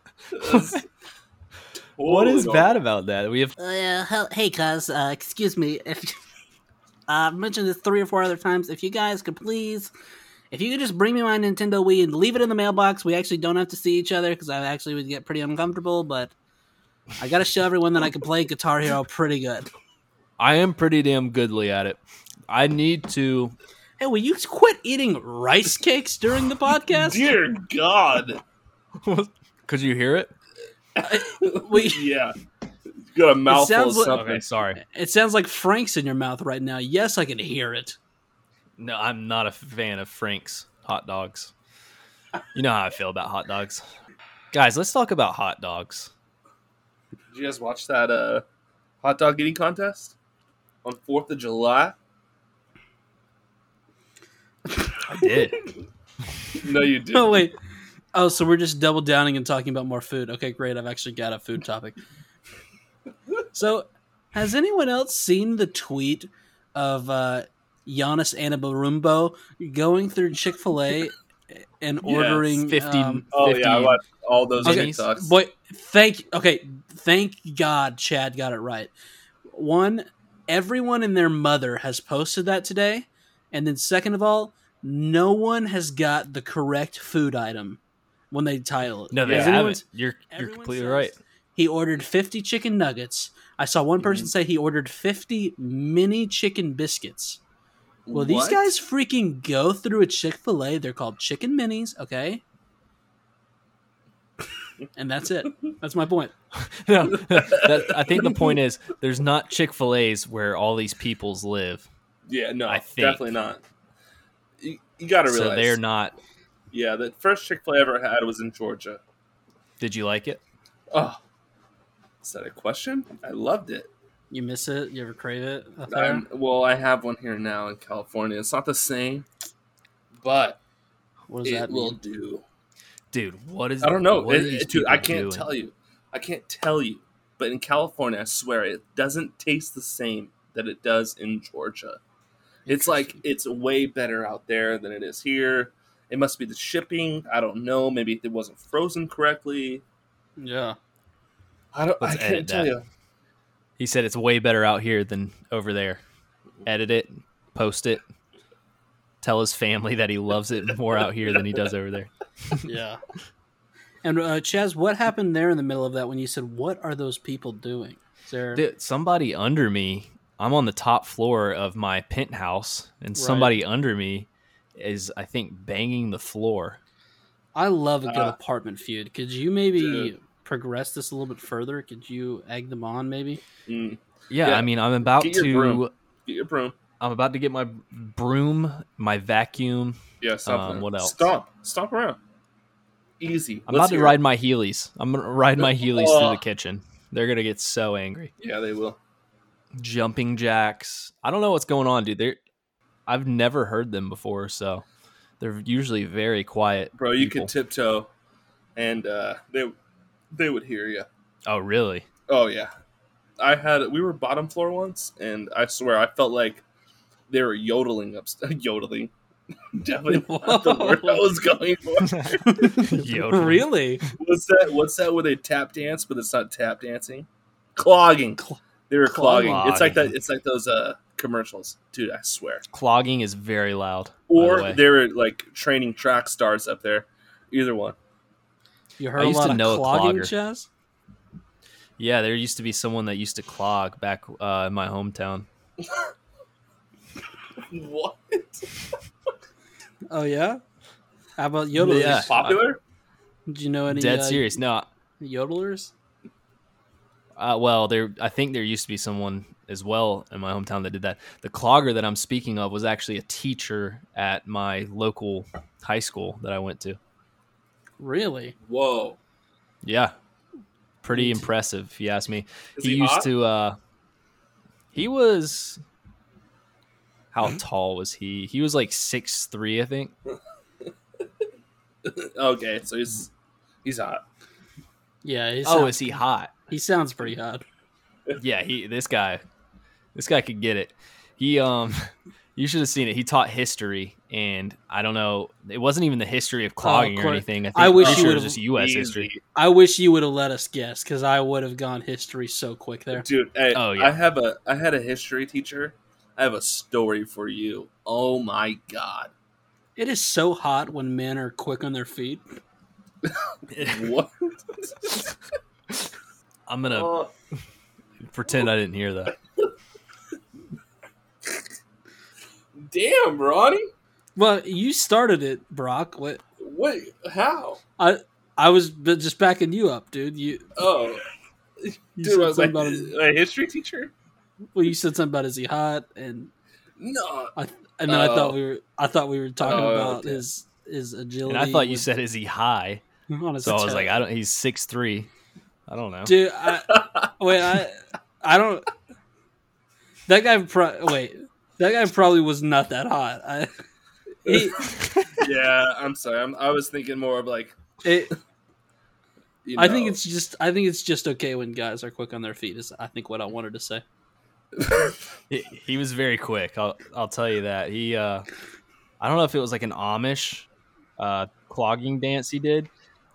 [SPEAKER 1] What is
[SPEAKER 3] Totally
[SPEAKER 1] bad about that? We have.
[SPEAKER 5] Uh, hel- hey, cuz, uh, excuse me. If uh, I've mentioned this three or four other times, if you guys could please, if you could just bring me my Nintendo Wii and leave it in the mailbox, we actually don't have to see each other because I actually would get pretty uncomfortable. But I gotta show everyone that I can play Guitar Hero pretty good.
[SPEAKER 1] I am pretty damn goodly at it. I need to.
[SPEAKER 2] Hey, will you quit eating rice cakes during the
[SPEAKER 3] awful.
[SPEAKER 2] podcast?
[SPEAKER 3] Dear God.
[SPEAKER 1] Could you hear it?
[SPEAKER 2] We-
[SPEAKER 3] Yeah. You got a mouthful of
[SPEAKER 2] sounds like-
[SPEAKER 3] something.
[SPEAKER 1] Okay, sorry.
[SPEAKER 2] it sounds like Frank's in your mouth right now. Yes, I can hear it.
[SPEAKER 1] No, I'm not a fan of Frank's hot dogs. You know how I feel about hot dogs. Guys, let's talk about hot dogs.
[SPEAKER 3] Did you guys watch that uh, hot dog eating contest on 4th of July?
[SPEAKER 1] I did.
[SPEAKER 3] No, you didn't.
[SPEAKER 2] Oh wait. Oh, so we're just double downing and talking about more food. Okay, great. I've actually got a food topic. So, has anyone else seen the tweet of uh, Giannis Anabarumbo going through Chick Fil A and ordering
[SPEAKER 1] 50
[SPEAKER 2] um,
[SPEAKER 3] Oh, yeah. I
[SPEAKER 1] 50
[SPEAKER 3] watched all those
[SPEAKER 1] Okay.
[SPEAKER 3] TikToks.
[SPEAKER 2] Boy, thank okay, thank God Chad got it right. One, everyone and their mother has posted that today, and then second of all, no one has got the correct food item when they title it.
[SPEAKER 1] No, they
[SPEAKER 3] Yeah.
[SPEAKER 1] haven't.
[SPEAKER 2] Everyone's-
[SPEAKER 1] You're you're
[SPEAKER 2] everyone
[SPEAKER 1] completely
[SPEAKER 2] says
[SPEAKER 1] right.
[SPEAKER 2] He ordered 50 chicken nuggets. I saw one person
[SPEAKER 1] Mm-hmm.
[SPEAKER 2] say he ordered 50 mini chicken biscuits. Well, these
[SPEAKER 3] What?
[SPEAKER 2] guys freaking go through a Chick fil A. They're called chicken minis, okay? and that's it. That's my point.
[SPEAKER 1] no, that, I think the point is there's not Chick Fil A's where all these peoples live,
[SPEAKER 3] Yeah, no,
[SPEAKER 1] I think.
[SPEAKER 3] definitely not. You, you gotta realize.
[SPEAKER 1] so they're not.
[SPEAKER 3] yeah, the first Chick Fil A I ever had was in Georgia.
[SPEAKER 1] Did you like it?
[SPEAKER 3] Oh, is that a question? I loved it.
[SPEAKER 2] You miss it? You ever crave it? up there?
[SPEAKER 3] I'm, well, I have one here now in California. It's not the same, but
[SPEAKER 2] What does
[SPEAKER 3] it
[SPEAKER 2] that
[SPEAKER 3] will
[SPEAKER 2] mean?
[SPEAKER 3] do.
[SPEAKER 1] Dude, what is
[SPEAKER 3] I don't know,
[SPEAKER 1] what are
[SPEAKER 3] It-
[SPEAKER 1] these
[SPEAKER 3] it- dude. I
[SPEAKER 1] people
[SPEAKER 3] can't
[SPEAKER 1] doing?
[SPEAKER 3] tell you. I can't tell you. But in California, I swear it doesn't taste the same that it does in Georgia. It's like it's way better out there than it is here. It must be the shipping. I don't know. Maybe it wasn't frozen correctly.
[SPEAKER 2] Yeah.
[SPEAKER 3] I don't.
[SPEAKER 1] Let's
[SPEAKER 3] I can't
[SPEAKER 1] edit
[SPEAKER 3] tell
[SPEAKER 1] that.
[SPEAKER 3] you.
[SPEAKER 1] He said it's way better out here than over there. Edit it, post it, tell his family that he loves it more out here than he does over there.
[SPEAKER 2] yeah. And uh, Chaz, what happened there in the middle of that when you said, "What are those people doing?" Is there,
[SPEAKER 1] Dude, somebody under me, I'm on the top floor of my penthouse, and somebody under me is, I think, banging the floor.
[SPEAKER 2] I love a good
[SPEAKER 3] Uh,
[SPEAKER 2] apartment feud. Could you maybe
[SPEAKER 3] dude.
[SPEAKER 2] progress this a little bit further? Could you egg them on, maybe?
[SPEAKER 3] Mm.
[SPEAKER 1] Yeah,
[SPEAKER 3] Yeah.
[SPEAKER 1] I mean, I'm about
[SPEAKER 3] Get your
[SPEAKER 1] to,
[SPEAKER 3] broom. Get your broom.
[SPEAKER 1] I'm about to get my broom, my vacuum.
[SPEAKER 3] Yeah, something.
[SPEAKER 1] Um, what else?
[SPEAKER 3] Stomp. Stomp around. Easy.
[SPEAKER 1] I'm
[SPEAKER 3] Let's
[SPEAKER 1] about to
[SPEAKER 3] hear it.
[SPEAKER 1] ride my heelys. I'm gonna ride my heelys through
[SPEAKER 3] Oh.
[SPEAKER 1] the kitchen. They're gonna get so angry.
[SPEAKER 3] Yeah, they will.
[SPEAKER 1] jumping jacks. I don't know what's going on, dude. They're I've never heard them before, so they're usually very quiet.
[SPEAKER 3] Bro, you
[SPEAKER 1] people.
[SPEAKER 3] could tiptoe and uh, they they would hear you.
[SPEAKER 1] oh, really?
[SPEAKER 3] Oh yeah. I had we were bottom floor once and I swear I felt like they were yodeling upstairs. yodeling. Definitely not the word I was going for.
[SPEAKER 1] Yodeling.
[SPEAKER 2] Really?
[SPEAKER 3] What's that what's that where they tap dance but it's not tap dancing? Clogging.
[SPEAKER 2] Cl-
[SPEAKER 3] they were clogging. It's like
[SPEAKER 1] clogging.
[SPEAKER 3] that it's like those uh commercials. Dude, I swear.
[SPEAKER 1] Clogging is very loud. by the
[SPEAKER 3] Or
[SPEAKER 1] way.
[SPEAKER 3] they were like training track stars up there. Either one.
[SPEAKER 2] You
[SPEAKER 1] I
[SPEAKER 2] heard a
[SPEAKER 1] used
[SPEAKER 2] lot
[SPEAKER 1] to
[SPEAKER 2] of
[SPEAKER 1] know a
[SPEAKER 2] clogging,
[SPEAKER 1] clogger.
[SPEAKER 2] Chaz.
[SPEAKER 1] yeah, there used to be someone that used to clog back uh, in my hometown.
[SPEAKER 3] What?
[SPEAKER 2] Oh yeah. How about yodelers?
[SPEAKER 1] Yeah.
[SPEAKER 3] Popular?
[SPEAKER 2] Do you know any
[SPEAKER 1] Dead
[SPEAKER 2] uh,
[SPEAKER 1] serious. No,
[SPEAKER 2] yodelers?
[SPEAKER 1] uh, well, there. I think there used to be someone as well in my hometown that did that. The clogger that I'm speaking of was actually a teacher at my local high school that I went to.
[SPEAKER 2] Really?
[SPEAKER 3] Whoa.
[SPEAKER 1] Yeah. Pretty
[SPEAKER 2] Neat.
[SPEAKER 1] impressive, if you ask me.
[SPEAKER 3] Is
[SPEAKER 1] he,
[SPEAKER 3] he
[SPEAKER 1] used
[SPEAKER 3] hot?
[SPEAKER 1] to uh he was how tall was he? He was like six three, I think.
[SPEAKER 3] Okay, so he's he's hot.
[SPEAKER 2] Yeah. He
[SPEAKER 1] Oh,
[SPEAKER 2] sound-
[SPEAKER 1] is he hot?
[SPEAKER 2] he sounds pretty hot.
[SPEAKER 1] Yeah, he this guy this guy could get it. He um you should have seen it. He taught history and I don't know it wasn't even the history of clogging or
[SPEAKER 2] course.
[SPEAKER 1] anything. I, think,
[SPEAKER 2] Oh, I wish
[SPEAKER 1] pretty
[SPEAKER 2] you
[SPEAKER 1] sure it was
[SPEAKER 2] would've-
[SPEAKER 1] just US
[SPEAKER 3] Easy.
[SPEAKER 1] history.
[SPEAKER 2] I wish you would have let us guess, because I would have gone history so quick there.
[SPEAKER 3] Dude, hey,
[SPEAKER 1] Oh, yeah.
[SPEAKER 3] I have a I had a history teacher. I have a story for you. Oh my god.
[SPEAKER 2] It is so hot when men are quick on their feet.
[SPEAKER 3] What?
[SPEAKER 1] I'm gonna
[SPEAKER 3] Oh,
[SPEAKER 1] pretend I didn't hear that.
[SPEAKER 3] damn, Ronnie.
[SPEAKER 2] Well, you started it, Brock. What
[SPEAKER 3] What how?
[SPEAKER 2] I I was b- just backing you up, dude. You,
[SPEAKER 3] Oh,
[SPEAKER 2] you
[SPEAKER 3] dude, I
[SPEAKER 2] said
[SPEAKER 3] was
[SPEAKER 2] something about
[SPEAKER 3] like,
[SPEAKER 2] his,
[SPEAKER 3] a history teacher?
[SPEAKER 2] well, you said something about is he hot, and
[SPEAKER 3] No.
[SPEAKER 2] I and then I
[SPEAKER 3] Oh.
[SPEAKER 2] thought we were I thought we were talking
[SPEAKER 3] Oh,
[SPEAKER 2] about
[SPEAKER 3] yeah.
[SPEAKER 2] his his agility.
[SPEAKER 1] And I thought you
[SPEAKER 2] with-
[SPEAKER 1] said is he high?
[SPEAKER 2] on his
[SPEAKER 1] So I was
[SPEAKER 2] toe.
[SPEAKER 1] like, I don't he's six three. I don't know.
[SPEAKER 2] dude, I, wait, I I don't. That guy, pro- wait, that guy probably was not that hot. I, he,
[SPEAKER 3] yeah, I'm sorry. I'm, I was thinking more of like
[SPEAKER 2] it,
[SPEAKER 3] you know,
[SPEAKER 2] I think it's just I think it's just okay when guys are quick on their feet. Is I think what I wanted to say.
[SPEAKER 1] He, he was very quick. I'll I'll tell you that. He uh I don't know if it was like an Amish uh clogging dance he did,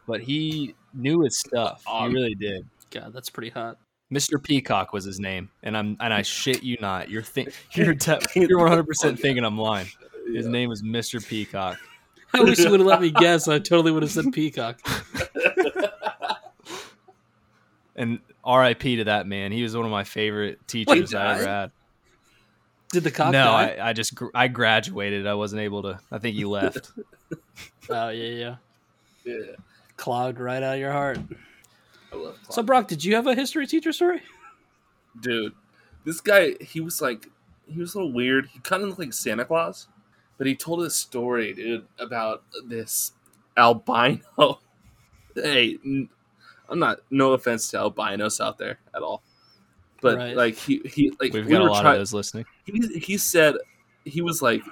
[SPEAKER 1] but he knew his stuff. He
[SPEAKER 3] Am-
[SPEAKER 1] really did.
[SPEAKER 2] God, that's pretty hot.
[SPEAKER 1] Mr. Peacock was his name, and I'm and I shit you not. You're think you're te- you're 100 percent thinking I'm lying. His
[SPEAKER 3] yeah.
[SPEAKER 1] name was Mr. Peacock.
[SPEAKER 2] I wish you would have let me guess. I totally would have said peacock.
[SPEAKER 1] And RIP to that man. He was one of my favorite teachers I ever
[SPEAKER 3] died?
[SPEAKER 1] had.
[SPEAKER 2] Did the cop
[SPEAKER 1] no,
[SPEAKER 2] die?
[SPEAKER 1] I, I just gr- I graduated. I wasn't able to. I think he left.
[SPEAKER 2] Oh yeah, yeah.
[SPEAKER 3] Yeah,
[SPEAKER 2] Clogged right out of your heart.
[SPEAKER 3] I love Clock.
[SPEAKER 2] So Brock, did you have a history teacher story?
[SPEAKER 3] dude this guy he was like he was a little weird he kind of looked like santa claus but he told a story dude about this albino hey n- i'm not no offense to albinos out there at all but
[SPEAKER 2] Right.
[SPEAKER 3] like he he like
[SPEAKER 1] We've
[SPEAKER 3] we
[SPEAKER 1] got
[SPEAKER 3] were
[SPEAKER 1] a lot
[SPEAKER 3] try-
[SPEAKER 1] of those listening.
[SPEAKER 3] he, he said he was like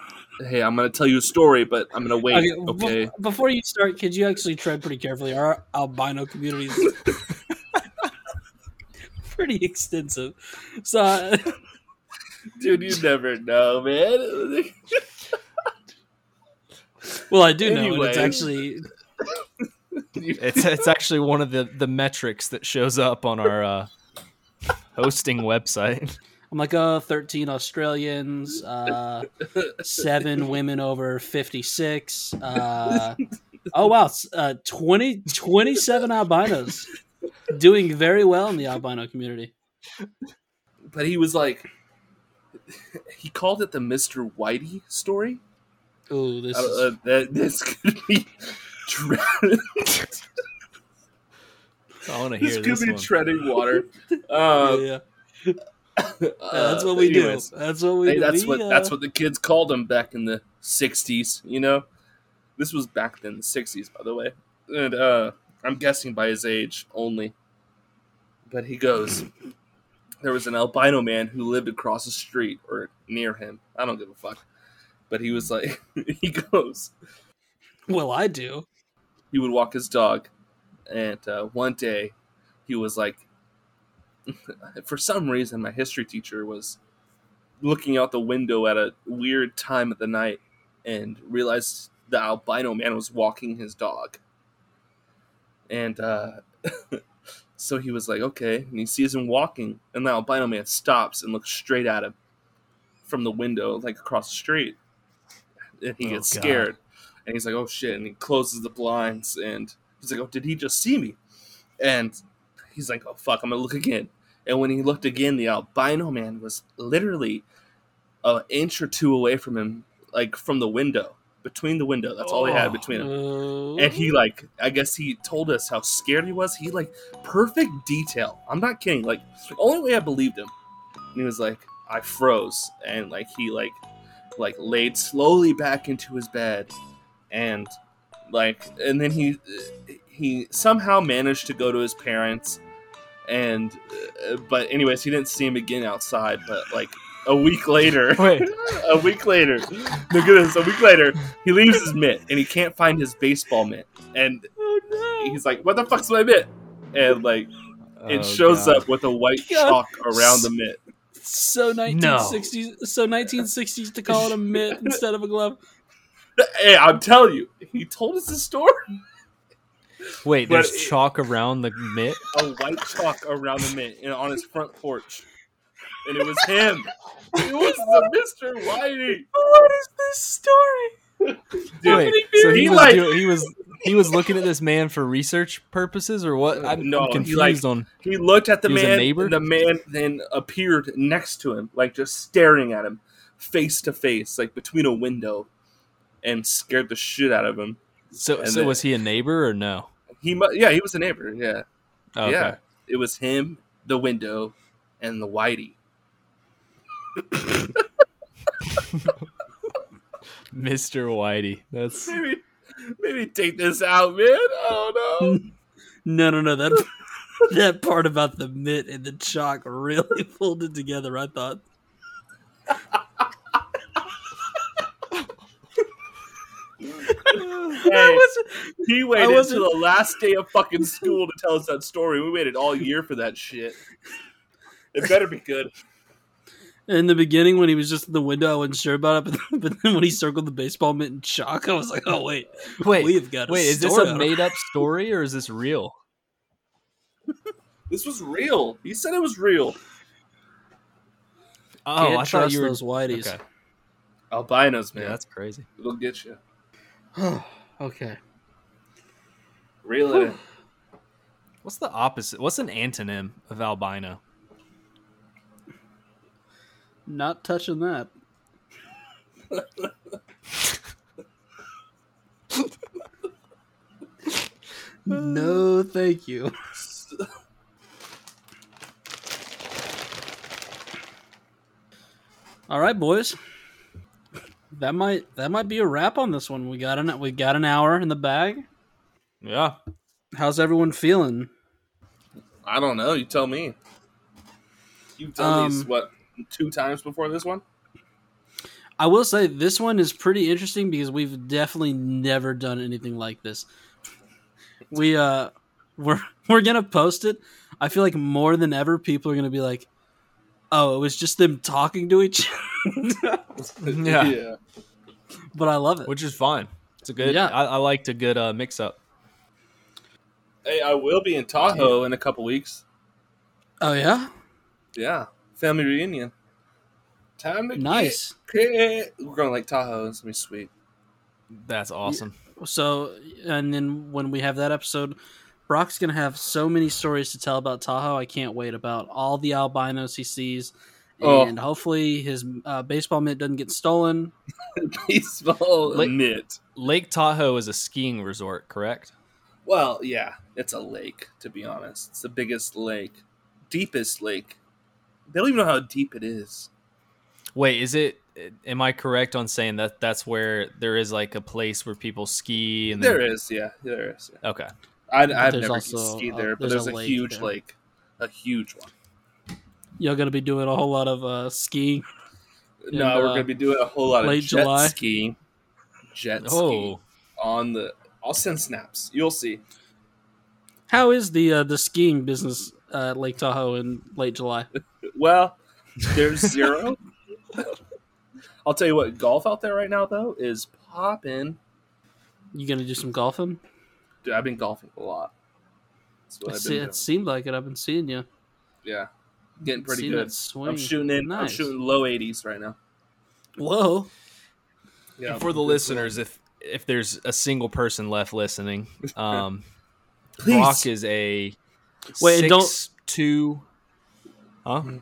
[SPEAKER 3] hey i'm gonna tell you a story but i'm gonna wait okay,
[SPEAKER 2] be- before you start, could you actually tread pretty carefully? Our albino community is pretty extensive. So uh,
[SPEAKER 3] dude you never know man
[SPEAKER 2] well, I do know, and
[SPEAKER 3] Anyways.
[SPEAKER 2] it's actually
[SPEAKER 3] You-
[SPEAKER 1] It's it's actually one of the the metrics that shows up on our uh, hosting website.
[SPEAKER 2] I'm like, oh, 13 Australians, uh, seven women over 56. Uh, oh, wow. s- Uh, 20, 27 albinos doing very well in the albino community.
[SPEAKER 3] but he was like he called it the mr whitey story
[SPEAKER 2] Ooh, this
[SPEAKER 3] Uh,
[SPEAKER 2] is,
[SPEAKER 3] uh, that, this could be tre-
[SPEAKER 1] I want to
[SPEAKER 3] this
[SPEAKER 1] hear
[SPEAKER 3] could
[SPEAKER 1] this,
[SPEAKER 3] be
[SPEAKER 1] one.
[SPEAKER 3] treading water
[SPEAKER 2] yeah,
[SPEAKER 3] um, uh,
[SPEAKER 2] yeah. Yeah, that's what we do. That's what we
[SPEAKER 3] hey,
[SPEAKER 2] do.
[SPEAKER 3] that's
[SPEAKER 2] We,
[SPEAKER 3] what
[SPEAKER 2] uh,
[SPEAKER 3] that's what the kids called him back in the 60s you know this was back then the 60s by the way and uh i'm guessing by his age only but he goes there was an albino man who lived across the street or near him i don't give a fuck but he was like he goes
[SPEAKER 2] Well, I do.
[SPEAKER 3] he would walk his dog, and uh, one day he was like, for some reason, my history teacher was looking out the window at a weird time of the night and realized the albino man was walking his dog. And uh, so he was like, okay, and he sees him walking, and the albino man stops and looks straight at him from the window, like across the street. And he
[SPEAKER 1] Oh,
[SPEAKER 3] gets
[SPEAKER 1] God.
[SPEAKER 3] scared, and he's like, oh shit, and he closes the blinds, and he's like, oh, did he just see me? And he's like, oh fuck, I'm gonna look again. And when he looked again, the albino man was literally an inch or two away from him, like from the window, between the window. That's all he
[SPEAKER 1] Oh.
[SPEAKER 3] had between them.
[SPEAKER 2] Uh,
[SPEAKER 3] And he like, I guess he told us how scared he was. He like perfect detail. I'm not kidding. Like the only way I believed him. And he was like, I froze, and like he like like laid slowly back into his bed, and like and then he he somehow managed to go to his parents, and uh, but anyways, he didn't see him again outside. But like a week later
[SPEAKER 1] Wait,
[SPEAKER 3] a week later, no goodness, a week later, he leaves his mitt and he can't find his baseball mitt. And
[SPEAKER 2] oh,
[SPEAKER 3] he's like, What the fuck's my mitt? And like, it
[SPEAKER 1] Oh,
[SPEAKER 3] shows
[SPEAKER 1] God.
[SPEAKER 3] up with a white
[SPEAKER 2] God.
[SPEAKER 3] chalk around the mitt.
[SPEAKER 2] so 1960s. So 1960s to call it a mitt instead of a glove.
[SPEAKER 3] Hey, I'm telling you, he told us the story.
[SPEAKER 1] Wait,
[SPEAKER 3] But
[SPEAKER 1] there's
[SPEAKER 3] it-
[SPEAKER 1] chalk around the mitt.
[SPEAKER 3] A white chalk around the mitt and on his front porch. And it was him. It was the Mr. Whitey.
[SPEAKER 2] What is this story?
[SPEAKER 3] Dude,
[SPEAKER 1] Wait, so he,
[SPEAKER 3] He
[SPEAKER 1] was
[SPEAKER 3] like-
[SPEAKER 1] doing, he was he was looking at this man for research purposes or what? I'm, I'm
[SPEAKER 3] No, he
[SPEAKER 1] confused
[SPEAKER 3] like-
[SPEAKER 1] on.
[SPEAKER 3] He looked at the
[SPEAKER 1] He was a
[SPEAKER 3] man.
[SPEAKER 1] neighbor?
[SPEAKER 3] and the man then appeared next to him, like just staring at him, face to face, like between a window, and scared the shit out of him.
[SPEAKER 1] So
[SPEAKER 3] and
[SPEAKER 1] so
[SPEAKER 3] then-
[SPEAKER 1] was he a neighbor or no?
[SPEAKER 3] He, mu- yeah, he was a neighbor. Yeah,
[SPEAKER 1] Okay.
[SPEAKER 3] yeah. It was him, the window, and the whitey.
[SPEAKER 1] Mr. Whitey. That's
[SPEAKER 3] Maybe, maybe take this out, man. Oh no.
[SPEAKER 2] No, no, no. That that part about the mitt and the chalk really pulled it together. I thought. I wasn't-
[SPEAKER 3] He waited
[SPEAKER 2] wasn't-
[SPEAKER 3] until the last day of fucking school to tell us that story. We waited all year for that shit. It better be good.
[SPEAKER 2] in the beginning when he was just in the window. I wasn't sure about it, but, but then when he circled the baseball mitt and chalk, I was like, "Oh wait,
[SPEAKER 1] wait.
[SPEAKER 2] we've got a
[SPEAKER 1] wait, is this
[SPEAKER 2] story
[SPEAKER 1] a
[SPEAKER 2] on
[SPEAKER 1] made up story or is this real?
[SPEAKER 3] This was real. He said it was real.
[SPEAKER 1] Oh,
[SPEAKER 2] Can't
[SPEAKER 1] I
[SPEAKER 2] trust
[SPEAKER 1] thought you were
[SPEAKER 2] those whiteys.
[SPEAKER 1] Okay.
[SPEAKER 3] Albinos, man.
[SPEAKER 1] Yeah, that's crazy.
[SPEAKER 3] It'll get you.
[SPEAKER 2] okay.
[SPEAKER 3] Really?
[SPEAKER 1] What's the opposite? What's an antonym of albino?
[SPEAKER 2] Not touching that. no, thank you. All right, boys. That might that might be a wrap on this one. We got an we got an hour in the bag.
[SPEAKER 1] Yeah.
[SPEAKER 2] How's everyone feeling?
[SPEAKER 3] I don't know. You tell me. You've done these
[SPEAKER 2] Um,
[SPEAKER 3] what two times before this one?
[SPEAKER 2] I will say this one is pretty interesting because we've definitely never done anything like this. We uh we're we're gonna post it. I feel like more than ever people are gonna be like, Oh, it was just them talking to each other.
[SPEAKER 1] Yeah.
[SPEAKER 2] but I love it.
[SPEAKER 1] Which is fine. It's a good.
[SPEAKER 2] Yeah.
[SPEAKER 1] I, I liked a good uh, mix up.
[SPEAKER 3] Hey, I will be in Tahoe in a couple weeks.
[SPEAKER 2] oh yeah?
[SPEAKER 3] Yeah, family reunion. Time to
[SPEAKER 2] Nice.
[SPEAKER 3] Get cra- We're going to like Tahoe. It's gonna be sweet.
[SPEAKER 1] That's awesome.
[SPEAKER 2] So and then when we have that episode, Brock's gonna have so many stories to tell about Tahoe. I can't wait about all the albinos he sees.
[SPEAKER 3] Oh.
[SPEAKER 2] And hopefully his uh, baseball mitt doesn't get stolen.
[SPEAKER 3] Baseball
[SPEAKER 1] Like-
[SPEAKER 3] mitt.
[SPEAKER 1] Lake Tahoe is a skiing resort, correct?
[SPEAKER 3] Well, yeah, it's a lake. To be honest, it's the biggest lake, deepest lake. They don't even know how deep it is.
[SPEAKER 1] Wait, is it? Am I correct on saying that that's where there is like a place where people ski and
[SPEAKER 3] There
[SPEAKER 1] then-
[SPEAKER 3] is, yeah, there is. Yeah.
[SPEAKER 1] Okay,
[SPEAKER 3] I,
[SPEAKER 2] But
[SPEAKER 3] I've
[SPEAKER 2] there's
[SPEAKER 3] never
[SPEAKER 2] also
[SPEAKER 3] skied
[SPEAKER 2] a-
[SPEAKER 3] there, but
[SPEAKER 2] there's
[SPEAKER 3] there's
[SPEAKER 2] a
[SPEAKER 3] a,
[SPEAKER 2] lake
[SPEAKER 3] huge
[SPEAKER 2] there.
[SPEAKER 3] lake, a huge one.
[SPEAKER 2] Y'all gonna be doing a whole lot of uh, skiing.
[SPEAKER 3] no,
[SPEAKER 2] And,
[SPEAKER 3] we're
[SPEAKER 2] uh,
[SPEAKER 3] gonna be doing a whole lot
[SPEAKER 2] late
[SPEAKER 3] of jet
[SPEAKER 2] July?
[SPEAKER 3] skiing. Jet skiing
[SPEAKER 1] Oh,
[SPEAKER 3] on the. I'll send snaps. You'll see.
[SPEAKER 2] How is the uh, the skiing business uh, at Lake Tahoe in late July?
[SPEAKER 3] Well, there's zero. I'll tell you what, golf out there right now though is popping.
[SPEAKER 2] You gonna do some golfing?
[SPEAKER 3] Dude, I've been golfing a lot. That's what
[SPEAKER 2] It,
[SPEAKER 3] I've
[SPEAKER 2] se-
[SPEAKER 3] been
[SPEAKER 2] it seemed like it. I've been seeing you.
[SPEAKER 3] doing. Yeah, getting pretty
[SPEAKER 2] Seen
[SPEAKER 3] good.
[SPEAKER 2] That swing.
[SPEAKER 3] I'm shooting in. I'm
[SPEAKER 2] Nice.
[SPEAKER 3] shooting low 80s right now.
[SPEAKER 2] Whoa!
[SPEAKER 3] Yeah,
[SPEAKER 1] for the listeners, if if there's a single person left listening, um,
[SPEAKER 3] Please.
[SPEAKER 1] Brock is a
[SPEAKER 2] Wait, and don't-
[SPEAKER 1] two. Huh?
[SPEAKER 3] Hmm.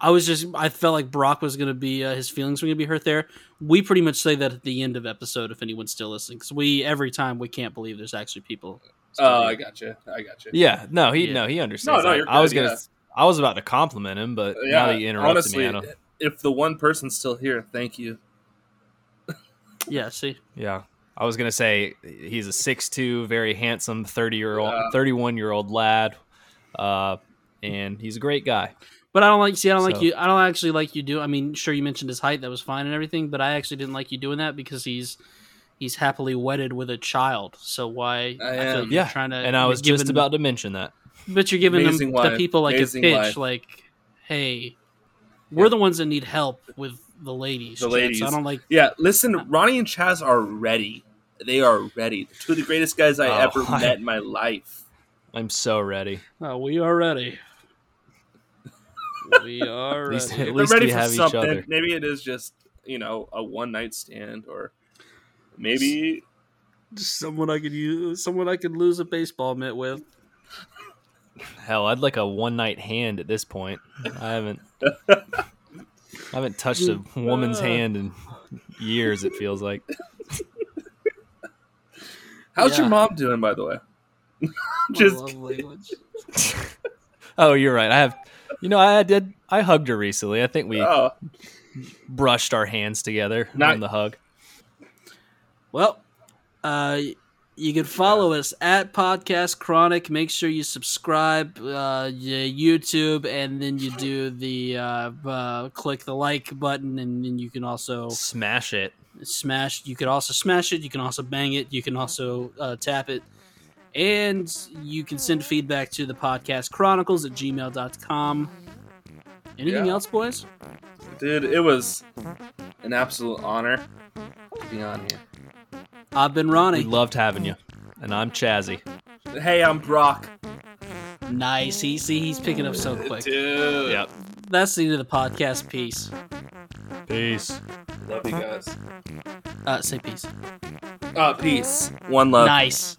[SPEAKER 2] I was just. I felt like Brock was gonna be. Uh, his feelings were gonna be hurt there. We pretty much say that at the end of episode if anyone's still listening, because we every time we can't believe there's actually people. still
[SPEAKER 3] Oh, I
[SPEAKER 2] here.
[SPEAKER 3] gotcha. I gotcha.
[SPEAKER 1] Yeah, no, he
[SPEAKER 2] Yeah.
[SPEAKER 1] no, he understands.
[SPEAKER 3] No, no,
[SPEAKER 1] that.
[SPEAKER 3] you're
[SPEAKER 1] I was
[SPEAKER 3] good,
[SPEAKER 1] gonna, I was about to compliment him, but now that you interrupted me, I don't,
[SPEAKER 3] if the one person's still here, thank you.
[SPEAKER 2] yeah. See,
[SPEAKER 1] Yeah. I was gonna say he's a six-two, very handsome thirty year old
[SPEAKER 3] Yeah.
[SPEAKER 1] thirty-one year old lad. Uh and he's a great guy.
[SPEAKER 2] But I don't like. See, I don't
[SPEAKER 1] So-
[SPEAKER 2] like you. I don't actually like you do. I mean, sure, you mentioned his height, that was fine and everything, but I actually didn't like you doing that because he's he's happily wedded with a child. So why?
[SPEAKER 3] I
[SPEAKER 2] feel
[SPEAKER 3] am.
[SPEAKER 2] like you're
[SPEAKER 1] Yeah.
[SPEAKER 2] trying to.
[SPEAKER 1] and I
[SPEAKER 2] you're
[SPEAKER 1] was just
[SPEAKER 2] giving-
[SPEAKER 1] about to mention that.
[SPEAKER 2] But you're giving them,
[SPEAKER 3] Amazing
[SPEAKER 2] the
[SPEAKER 3] wife.
[SPEAKER 2] people like
[SPEAKER 3] Amazing
[SPEAKER 2] a pitch,
[SPEAKER 3] wife.
[SPEAKER 2] like, hey, we're the ones that need help with the ladies.
[SPEAKER 3] The
[SPEAKER 2] Chad,
[SPEAKER 3] ladies.
[SPEAKER 2] So I don't like.
[SPEAKER 3] Yeah, listen, Ronnie and Chaz are ready. They are ready. They're two of the greatest guys I
[SPEAKER 1] Oh,
[SPEAKER 3] ever
[SPEAKER 1] I-
[SPEAKER 3] met in my life.
[SPEAKER 1] I'm so ready.
[SPEAKER 2] Oh, we are ready. we
[SPEAKER 1] At
[SPEAKER 2] are
[SPEAKER 1] least,
[SPEAKER 2] ready.
[SPEAKER 1] at
[SPEAKER 3] They're
[SPEAKER 1] least
[SPEAKER 3] ready
[SPEAKER 1] we
[SPEAKER 3] for
[SPEAKER 1] have each
[SPEAKER 3] something.
[SPEAKER 1] other.
[SPEAKER 3] Maybe it is just you know a one night stand, or maybe
[SPEAKER 2] Just someone I could use. Someone I could lose a baseball mitt with.
[SPEAKER 1] Hell, I'd like a one night hand at this point. I haven't I haven't touched a woman's
[SPEAKER 2] Uh.
[SPEAKER 1] hand in years, it feels like.
[SPEAKER 3] how's
[SPEAKER 2] Yeah.
[SPEAKER 3] your mom doing? By the way, Just
[SPEAKER 2] My love language.
[SPEAKER 1] Oh, you're right. I have you know, I did I hugged her recently. I think we
[SPEAKER 3] oh,
[SPEAKER 1] brushed our hands together
[SPEAKER 3] Not-
[SPEAKER 1] on the hug.
[SPEAKER 2] Well, uh, you can follow us at Podcast Chronic. Make sure you subscribe, uh, you- YouTube, and then you do the uh, uh, click the like button, and then you can also
[SPEAKER 1] Smash it.
[SPEAKER 2] smash. You can also smash it. You can also bang it. You can also uh, tap it. And you can send feedback to the podcast chronicles at gmail.com. Anything
[SPEAKER 3] Yeah.
[SPEAKER 2] else, boys?
[SPEAKER 3] dude, it was an absolute honor to be on here.
[SPEAKER 2] I've been
[SPEAKER 1] We
[SPEAKER 2] Ronnie.
[SPEAKER 1] loved having you. And I'm Chazzy.
[SPEAKER 3] Hey, I'm Brock,
[SPEAKER 2] nice. He, see, he's picking up so quick.
[SPEAKER 3] dude.
[SPEAKER 1] Yep.
[SPEAKER 2] That's the end of the podcast. Peace.
[SPEAKER 1] Peace.
[SPEAKER 3] love you guys.
[SPEAKER 2] Uh, say peace.
[SPEAKER 3] Uh, peace, one love.
[SPEAKER 2] Nice.